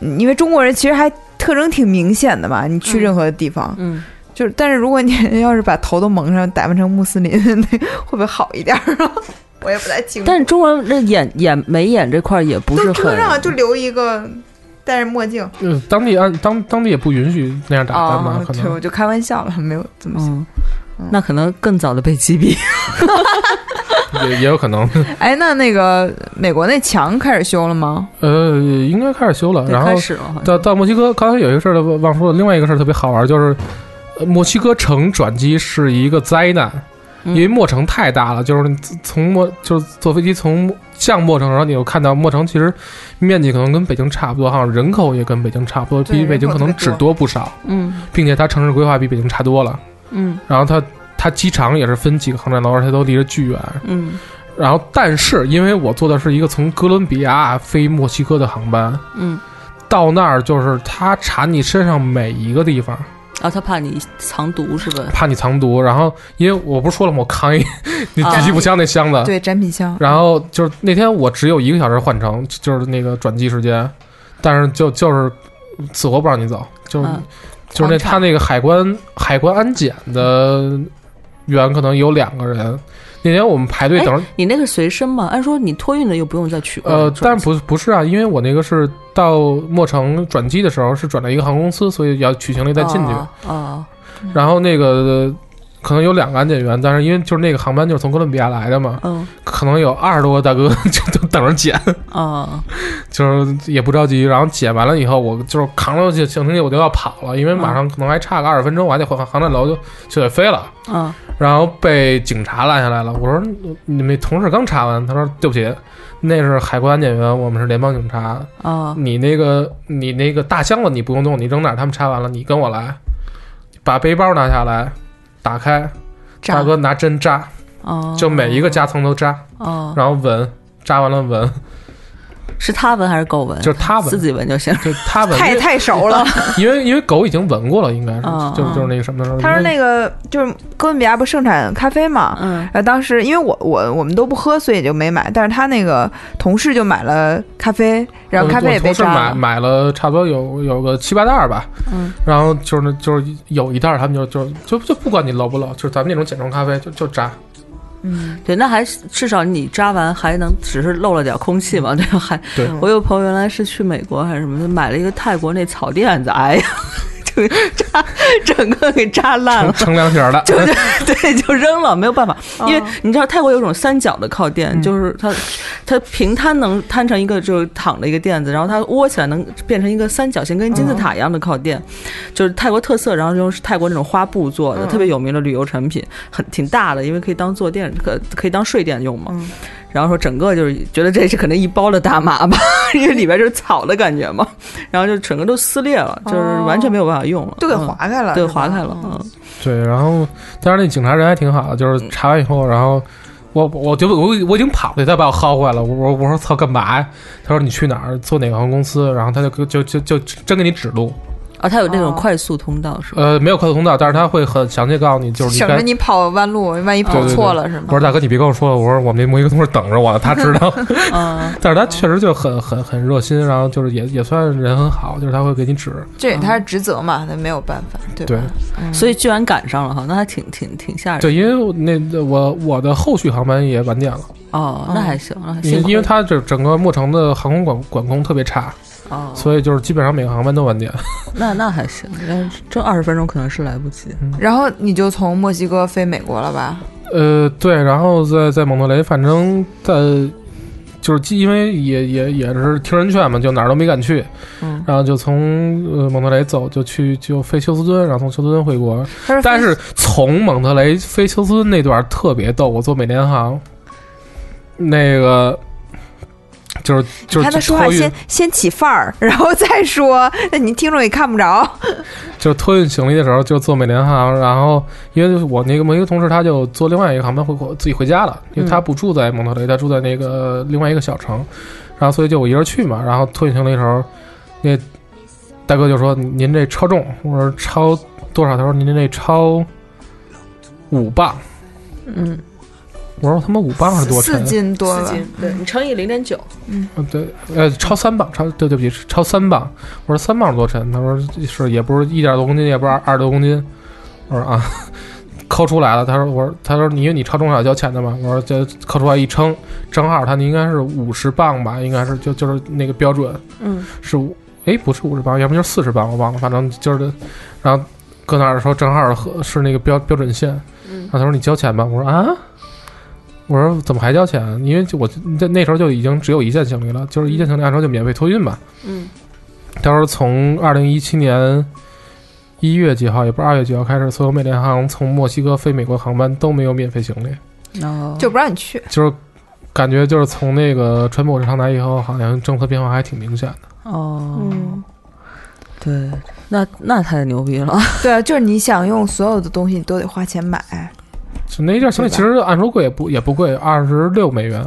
S3: 嗯因为中国人其实还特征挺明显的嘛，你去任何地方，
S4: 嗯，
S3: 就是但是如果你要是把头都蒙上，打扮成穆斯林， 那会不会好一点儿啊？我也不太清楚。
S4: 但是中国人这眼眼眉眼这块儿也不是
S3: 都
S4: 很
S3: 车啊上就留一个戴着墨镜
S2: 呃，当地按当当地也不允许那样打扮吧，
S3: 哦
S2: 可
S3: 对，
S2: 能哦
S3: 我就开玩笑了，没有怎么想。
S4: 嗯，那可能更早的被击毙。
S2: 也也有可能。
S3: 哎，那那个美国那墙开始修了吗？
S2: 呃，应该开始修了，
S4: 对
S2: 然后呃
S4: 开始了，好像
S2: 到到墨西哥，刚才有一个事儿忘忘说了，另外一个事儿特别好玩，就是呃墨西哥城转机是一个灾难，
S4: 嗯
S2: 因为墨城太大了，就是你自从墨就是坐飞机从墨向墨城，然后你又看到墨城其实面积可能跟北京差不多，好像人口也跟北京差不多，
S3: 对
S2: 比北京可能
S3: 人口特别
S2: 只
S3: 多
S2: 多不少，
S4: 嗯
S2: 并且它城市规划比北京差多了，
S4: 嗯
S2: 然后它它机场也是分几个航站楼，而且都离着巨远。
S4: 嗯
S2: 然后，但是因为我坐的是一个从哥伦比亚飞墨西哥的航班，
S4: 嗯，
S2: 到那儿就是他查你身上每一个地方，
S4: 然后啊他怕你藏毒是吧？
S2: 怕你藏毒。然后因为我不是说了吗？我扛一那
S4: 啊
S2: 狙击步枪那箱子。
S3: 对，展品箱。
S2: 然后就是那天我只有一个小时换乘，就是那个转机时间，但是就就是死活不让你走，就是、
S4: 嗯
S2: 就是那
S4: 狂
S2: 他
S4: 查
S2: 那个海关海关安检的员可能有两个人。那天我们排队
S4: 哎
S2: 等，
S4: 你那个随身嘛，按说你托运的又不用再取过来。
S2: 呃，
S4: 是吧
S2: 但不不是啊，因为我那个是到墨城转机的
S4: 啊哦
S2: 时候是转到一个航空公司，所以要取行李再进去。
S4: 哦哦
S2: 然后那个可能有两个安检员，但是因为就是那个航班就是从哥伦比亚来的嘛，
S4: 嗯
S2: 可能有二十多个大哥 就都等着检，
S4: 啊
S2: 就是也不着急。然后检完了以后，我就是扛着行行李我就要跑了，因为马上可能还差个二十分钟，我还得回航站楼就就得飞了。
S4: 啊
S2: 然后被警察拦下来了。我说嗯你们同事刚查完，他说对不起，那是海关安检员，我们是联邦警察。
S4: 啊！
S2: 你那个你那个大箱子你不用动，你扔哪儿？他们查完了，你跟我来，把背包拿下来，打开，
S3: 炸
S2: 大哥拿针扎，
S4: 哦，
S2: 就每一个夹层都扎，
S4: 哦，
S2: 然后闻，扎完了闻，
S4: 是他闻还是狗闻？
S2: 就是他闻
S4: 自己闻就行。
S2: 就他闻，
S3: 太太熟了。
S2: 因为因为狗已经闻过了，应该是
S4: 哦
S2: 就
S4: 哦
S2: 就是那个什么的时候，
S3: 他说
S2: 因为
S3: 那个就是哥伦比亚不盛产咖啡嘛，
S4: 嗯
S3: 然后当时因为我我我们都不喝，所以也就没买。但是他那个同事就买了咖啡，然后
S2: 我
S3: 咖啡也
S2: 我
S3: 被
S2: 同事
S3: 炸
S2: 买
S3: 了。
S2: 买了差不多有有个七八袋儿吧，
S4: 嗯，
S2: 然后就是就是有一袋儿他们就就就就不管你漏不漏，就是咱们那种简装咖啡就就扎，
S3: 嗯，
S4: 对，那还是至少你扎完还能只是漏了点空气嘛，对吧？还
S2: 嗯对
S4: 我有朋友原来是去美国还是什么，就买了一个泰国那草垫子，哎呀， 就给扎整个给扎 烂了。
S2: 乘凉鞋儿的，
S4: 就就对，就扔了，没有办法，
S3: 哦嗯
S4: 因为你知道泰国有种三角的靠垫，就是它它平摊能摊成一个就是躺着一个垫子，然后它窝起来能变成一个三角形，跟
S3: 嗯
S4: 金字塔一样的靠垫，就是泰国特色，然后用泰国那种花布做的，
S3: 嗯
S4: 特别有名的旅游产品，很挺大的，因为可以当坐垫，可可以当睡垫用嘛。
S3: 嗯
S4: 然后说整个就是觉得这是可能一包的大麻吧， 因为里边就是草的感觉嘛，然后就整个都撕裂了，就是完全没有办法用了，
S3: 哦都给
S4: 嗯
S3: 划开了，
S4: 对
S3: 是吧
S4: 划开了，
S3: 嗯
S4: 嗯。
S2: 对，然后但是那警察人还挺好的，就是查完以后，然后我我就我我已经跑了，他把我薅回来了。我我我说操干嘛呀？他说你去哪儿坐哪个航空公司？然后他就给就就就真给你指路，
S4: 啊，它有那种
S3: 哦
S4: 快速通道是吧？
S2: 呃，没有快速通道，但是他会很详细告诉你，就是你
S3: 省着
S2: 该。
S3: 你跑弯路，万一跑
S2: 对对对
S3: 错了是
S2: 我
S3: 吗？
S2: 说大哥，你别跟我说了。我说我们那摩一个同事等着我呢，他知道。
S4: 嗯，
S2: 但是他确实就很很很热心，然后就是也也算人很好，就是他会给你指。
S3: 这也他是职责嘛，他没有办法，对吧？嗯
S2: 对
S4: 所以居然赶上了哈，那还挺挺挺吓人。
S2: 对，因为我那我我的后续航班也晚点了，
S4: 哦，那还行，那还
S2: 因
S4: 幸
S2: 因为
S4: 亏
S2: 他这整个墨城的航空管管控特别差。
S4: 哦，
S2: 所以就是基本上每个航班都晚点。
S4: 那那还行，要是这二十分钟可能是来不及。
S3: 然后你就从墨西哥飞美国了吧？
S2: 呃，对，然后在在蒙特雷，反正在就是基因为也也也是听人劝嘛，就哪儿都没敢去，
S3: 嗯，
S2: 然后就从呃蒙特雷走，就去就飞休斯敦，然后从休斯敦回国。
S3: 他说
S2: 但是从蒙特雷飞休斯敦那段特别逗，我坐美联航，那个就是就是
S3: 你看他说话
S2: 托运
S3: 先先起范儿，然后再说，那你听众也看不着。
S2: 就是托运行李的时候，就坐美联航，然后因为我那个我一个同事，他就坐另外一个航班回国，自己回家了，因为他不住在蒙特雷，他住在那个另外一个小城，然后所以就我一人去嘛，然后托运行李的时候，那大哥就说您这超重，我说超多少？他说您这超五磅，
S4: 嗯，
S2: 我说他妈五磅是多
S3: 四
S2: 沉？啊
S3: 斤多吧，
S4: 对你乘以零点九，
S2: 嗯对，呃，超三磅，超对对不起，是超三磅。我说三磅是多沉？他说是，也不是一点多公斤，也不是二二十多公斤。我说啊，抠出来了。他说我说他说你因为你超重要交钱的嘛。我说这抠出来一称，正好他那应该是五十磅吧，应该是就就是那个标准
S4: 嗯，
S2: 是五，哎不是五十磅，要不就是四十磅，我忘了，反正就是，然后搁那儿的时候正好和是那个标标准线。
S4: 嗯
S2: 然后他说你交钱吧。我说啊。我说怎么还交钱啊？因为就我那那时候就已经只有一件行李了，就是一件行李按说就免费托运嘛。
S4: 嗯
S2: 他说从二零一七年一月几号，也不是二月几号开始，所有美联航从墨西哥飞美国航班都没有免费行李，嗯
S4: 哦，
S3: 就不让你去。
S2: 就是感觉就是从那个川普上台以后，好像政策变化还挺明显的。
S4: 哦，，
S2: 嗯
S4: 对，那那太牛逼 了。
S3: 对啊，就是你想用所有的东西，你都得花钱买，
S2: 就那一件行李其实按说贵也不也不贵，二十六美元。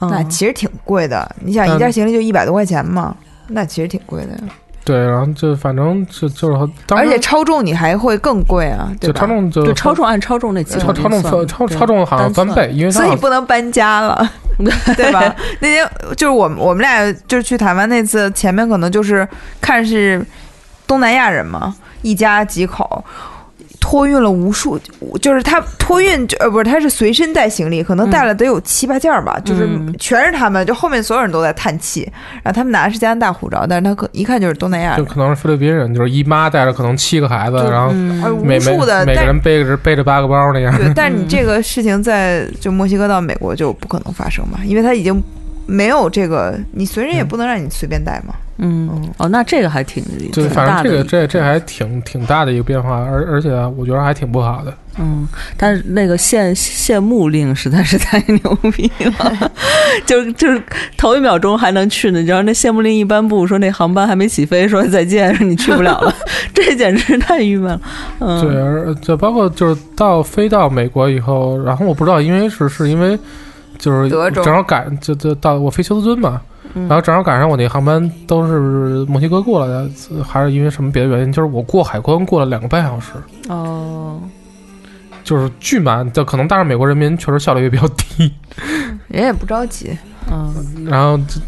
S3: 那
S4: 嗯
S3: 其实挺贵的。你
S2: 嗯
S3: 想一件行李就一百多块钱嘛，那其实挺贵的。
S2: 对，然后就反正就就是当时
S3: 而且超重你还会更贵啊，对
S2: 就
S3: 吧？
S2: 超重就
S4: 就超重按超重那几
S2: 超超重超超超重好像翻倍，因为它
S3: 所以
S2: 好
S3: 不能搬家了， 对吧？那天就是我们我们俩就是去台湾那次，前面可能就是看是东南亚人嘛，一家几口，托运了无数，就是他托运呃不是，他是随身带行李，可能带了得有
S2: 嗯
S3: 七八件儿吧，就是
S4: 嗯
S3: 全是他们，就后面所有人都在叹气。然后他们拿的是加拿大护照，但是他可一看就是东南亚
S2: 就
S3: 人，
S2: 可能是菲律宾人，就是姨妈带着可能七个孩子，
S3: 就
S2: 然后
S3: 哎
S4: 嗯，
S2: 每每
S3: 无数的，
S2: 每个
S3: 但
S2: 人背着背着八个包那样。
S3: 对，但是你这个事情在就墨西哥到美国就不可能发生嘛，因为他已经没有这个，你随
S2: 嗯
S3: 身也不能让你随便带嘛。
S4: 嗯，哦，那这个还挺
S2: 对，
S4: 挺
S2: 反
S4: 大
S2: 正
S4: 的
S2: 这
S4: 一
S2: 个这这还挺挺大的一个变化，而而且我觉得还挺不好的。
S4: 嗯，但是那个限限牧令实在是太牛逼了， 就就是头一秒钟还能去呢，你知道那限牧令一颁布说那航班还没起飞，说再见，说你去不了 了，这简直太郁闷了。嗯，
S2: 对，而就包括就是到飞到美国以后，然后我不知道，因为是是因为就是
S3: 德州
S2: 正好赶就就到我飞休斯敦嘛，
S4: 嗯
S2: 然后正好赶上我那航班都是墨西哥过来的，还是因为什么别的原因，就是我过海关过了两个半小时，
S4: 哦，
S2: 就是巨满，就可能但是美国人民确实效率也比较低，
S3: 人也不着急，
S4: 嗯，
S2: 然后就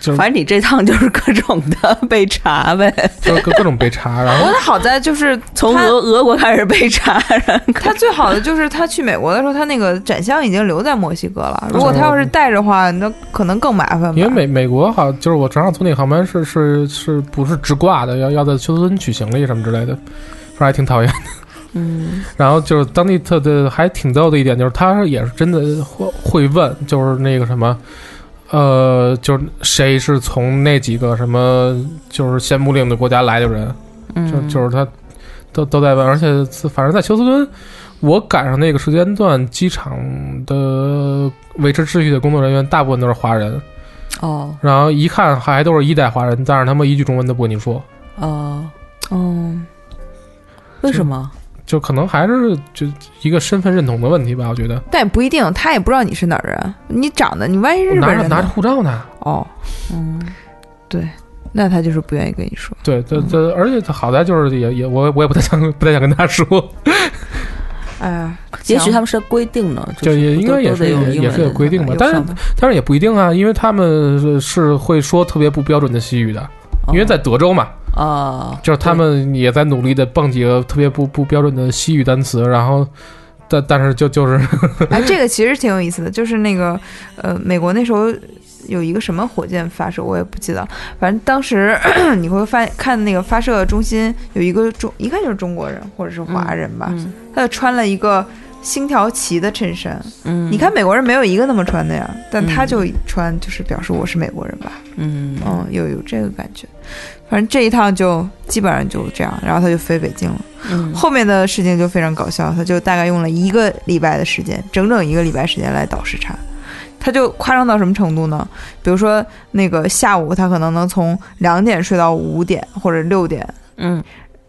S2: 就是
S4: 反正你这趟就是各种的被查呗，
S2: 就是各各种被查，然
S3: 不
S2: 后
S3: 过他好在就是
S4: 从
S3: 他
S4: 俄俄国开始被查，然后
S3: 他最好的就是他去美国的时候，他那个展箱已经留在墨西哥了。如果他要是带着的话，那可能更麻烦吧。
S2: 哦因为美美国好就是我正好从那个航班是是是不是直挂的，要要在休斯敦取行李什么之类的，反正还挺讨厌。
S4: 嗯
S2: 然后就是当地特的还挺逗的一点，就是他也是真的会会问，就是那个什么，呃，就是谁是从那几个什么就是限牧令的国家来的人，
S4: 嗯，
S2: 就就是他都都在问，而且反正在休斯敦，我赶上那个时间段，机场的维持秩序的工作人员大部分都是华人，
S4: 哦
S2: 然后一看还都是一代华人，但是他们一句中文都不跟你说，
S4: 哦哦，为什么？
S2: 就可能还是就一个身份认同的问题吧，我觉得。
S3: 但也不一定，他也不知道你是哪儿人，你长得你万一
S2: 我
S3: 日
S2: 拿
S3: 本
S2: 着
S3: 人
S2: 拿着
S3: 呢？
S2: 护照呢。
S3: 哦，
S4: 嗯。
S3: 那他就是不愿意跟你说。
S2: 对，这这，而且好在就是也也我我也不太想不太想跟他说，
S3: 哎呀，
S4: 也许
S3: 行
S4: 他们是规定的，
S2: 就是也应该也
S4: 都
S2: 是
S4: 得用
S2: 也
S4: 英
S2: 也是有
S4: 文。
S2: 规定吧，但是但是也不一定啊，因为他们是是会说特别不标准的西语的，
S4: 哦
S3: 哦
S2: 因为在德州嘛，
S4: 啊，
S2: 就是他们也在努力的蹦几个特别不不标准的西语单词，然后但但是就 就是
S3: 哎，这个其实挺有意思的，就是那个呃，美国那时候有一个什么火箭发射，我也不记得，反正当时 你会发看那个发射中心有一个中，一看就是中国人或者是华人吧，
S4: 嗯
S3: 他就穿了一个星条旗的衬衫，
S4: 嗯，
S3: 你看美国人没有一个那么穿的呀，但他
S4: 嗯
S3: 就穿，就是表示我是美国人吧，
S4: 嗯，嗯，
S3: 嗯，有有这个感觉。反正这一趟就基本上就这样，然后他就飞北京了。
S4: 嗯
S3: 后面的事情就非常搞笑，他就大概用了一个礼拜的时间，整整一个礼拜时间来倒时差。他就夸张到什么程度呢？比如说那个下午他可能能从两点睡到五点或者六点，
S4: 嗯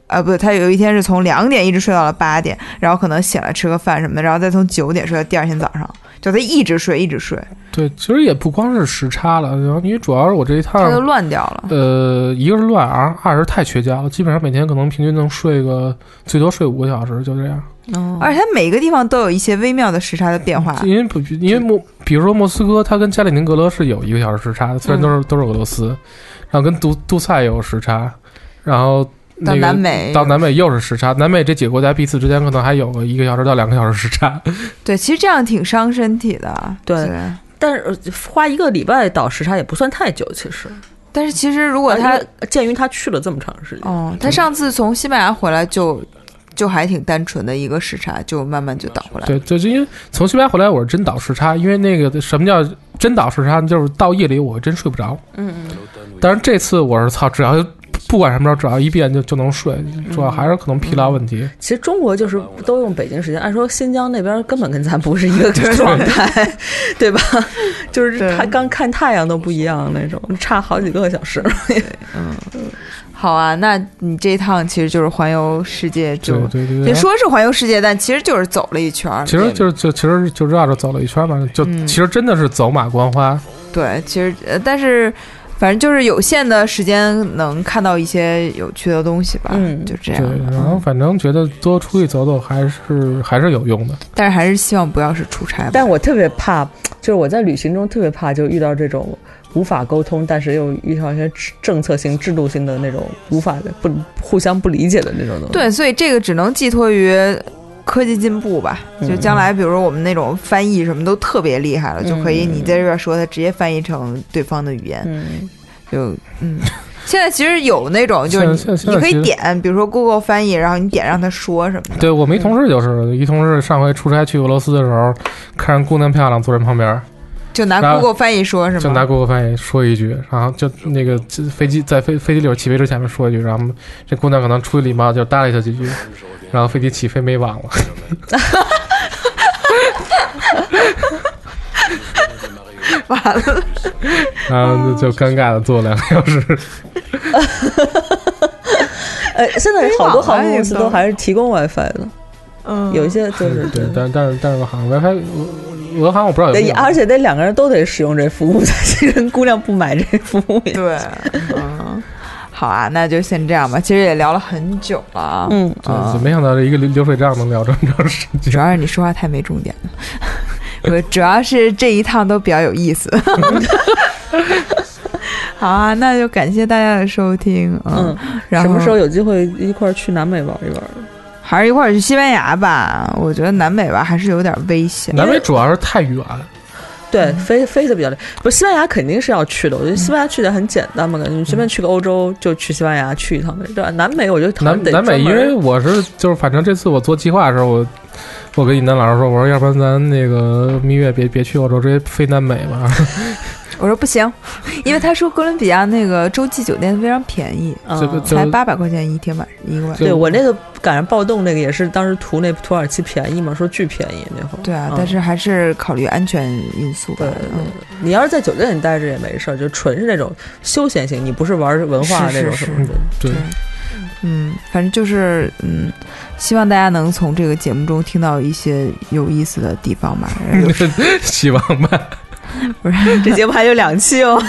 S3: 呃，不，他有一天是从两点一直睡到了八点，然后可能醒来吃个饭什么的，然后再从九点睡到第二天早上，就他一直睡一直睡，
S2: 对，其实也不光是时差了，然后因为主要是我这一
S3: 他就
S2: 趟
S3: 乱掉了。
S2: 呃，一个是乱，二二是太缺觉了，基本上每天可能平均能睡个最多睡五个小时，就这样。
S4: 哦
S3: 而且他每个地方都有一些微妙的时差的变化，
S2: 因为不因为莫，比如说莫斯科，它跟加里宁格勒是有一个小时时差
S3: 嗯
S2: 的，虽然都是、都是俄罗斯，然后跟杜杜塞有时差，然后那
S3: 到
S2: 个
S3: 南美
S2: 到南美又是时差，南美这几个国家彼此之间可能还有个一个小时到两个小时时差，
S3: 对，其实这样挺伤身体的。
S4: 对但是呃花一个礼拜倒时差也不算太久，其实。
S3: 但是其实如果他
S4: 而且鉴于他去了这么长时间，
S3: 哦，
S2: 嗯
S3: 他上次从西班牙回来就就还挺单纯的一个时差，就慢慢就倒回来了。
S2: 对，就是因为从西班牙回来我是真倒时差，因为那个什么叫真倒时差，就是到夜里我真睡不着，
S4: 嗯
S2: 但是这次我是操，只要不管什么时候，只要一变就就能睡，主要还是可能疲劳问题。
S4: 嗯，其实中国就是都用北京时间，按说新疆那边根本跟咱不是一个状态，对吧？就是
S3: 对
S4: 他刚看太阳都不一样那种，差好几个小时。
S3: 好啊，那你这一趟其实就是环游世界就，
S2: 对对对
S3: 也
S2: 对。
S3: 说是环游世界，但其实就是走了一圈儿。
S2: 其实就是就其实就绕着走了一圈嘛，就、
S3: 嗯
S2: 其实真的是走马观花，
S3: 对，其实呃，但是反正就是有限的时间能看到一些有趣的东西吧，
S4: 嗯
S3: 就这
S2: 对，
S3: 样。
S2: 然后反正觉得多出去走走还是还是有用的。
S3: 但是还是希望不要是出差吧。
S4: 但我特别怕，就是我在旅行中特别怕，就遇到这种无法沟通，但是又遇到一些政策性、制度性的那种无法不互相不理解的那种东西。
S3: 对，所以这个只能寄托于科技进步吧。
S2: 嗯
S3: 就将来，比如说我们那种翻译什么都特别厉害了，就可以你在这边说，它直接翻译成对方的语言。
S4: 嗯，
S3: 就嗯，现在其实有那种，就是
S2: 现在现
S3: 你
S2: 在
S3: 你可
S2: 其
S3: 以
S2: 实
S3: 点，比如说 Google 翻译，然后你点让他说什么的。
S2: 对我们一同事就是，一同事上回出差去俄罗斯的时候，看着姑娘漂亮，坐人旁边，
S3: 就拿
S2: 然后
S3: Google 翻译说什
S2: 就拿
S3: 么？
S2: Google 翻译说一句，然后就那个飞机在飞飞机里边起飞之前面说一句，然后这姑娘可能出于礼貌就搭理他几句，然后飞机起飞没网了。
S3: 完了，
S2: 然后就尴尬的坐两个小时。
S4: 呃，现在好
S3: 没网啊
S4: 多航空公司
S3: 这个
S4: 都还是提供 WiFi 的，
S3: 嗯，
S4: 有一些就是
S2: 对，但但是但是好像 WiFi 俄俄航我不知道有没
S4: 得，
S2: 有，
S4: 而且得两个人都得使用这服务才行。人姑娘不买这服务也。
S3: 对，嗯，好啊，那就先这样吧。其实也聊了很久了啊，
S4: 嗯，
S2: 对就没想到这一个流流水账能聊这么长时 间。
S3: 主要是你说话太没重点了。 我主要是这一趟都比较有意思。 好啊，那就感谢大家的收听。嗯，
S4: 嗯
S3: 然
S4: 什
S3: 后
S4: 么时候有机会一块儿去南美玩一玩？
S3: 还是一块儿去西班牙吧？我觉得南美吧还是有点危险。
S2: 南美主要是太远，
S4: 对，
S3: 嗯
S4: 飞飞的比较累。不，西班牙肯定是要去的。我觉得西班牙去的很简单
S3: 嗯
S4: 嘛，感觉你随便去个欧洲就去西班牙去一趟呗，对吧？南美我觉得好
S2: 南
S4: 像得
S2: 南美，因
S4: 专门
S2: 为我是就是反正这次我做计划的时候，我我跟尹丹老师说，我说要不然咱那个蜜月别别去欧洲，直接飞南美 吧。
S3: 我说不行，因为他说哥伦比亚那个洲际酒店非常便宜，
S4: 啊
S2: 这个就
S3: 才八百块钱一天晚上一个晚上。
S4: 对我那个赶上暴动那个也是当时图那土耳其便宜嘛，说巨便宜那会儿。
S3: 对啊
S4: 嗯，
S3: 但是还是考虑安全因素吧嗯
S4: 对。对对，你要是在酒店里待着也没事儿，就纯是那种休闲型，你不是玩文化
S3: 是
S4: 那种
S3: 是
S4: 什么的。
S2: 对，
S3: 嗯，反正就是嗯，希望大家能从这个节目中听到一些有意思的地 方吧。
S2: 希望吧。
S4: 这节目还有两期哦。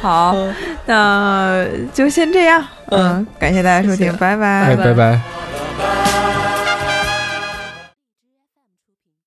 S3: 好，那就先这样。嗯，感谢大家收嗯
S4: 谢
S3: 听
S4: 嗯谢，
S3: 拜拜
S2: 哎，拜拜。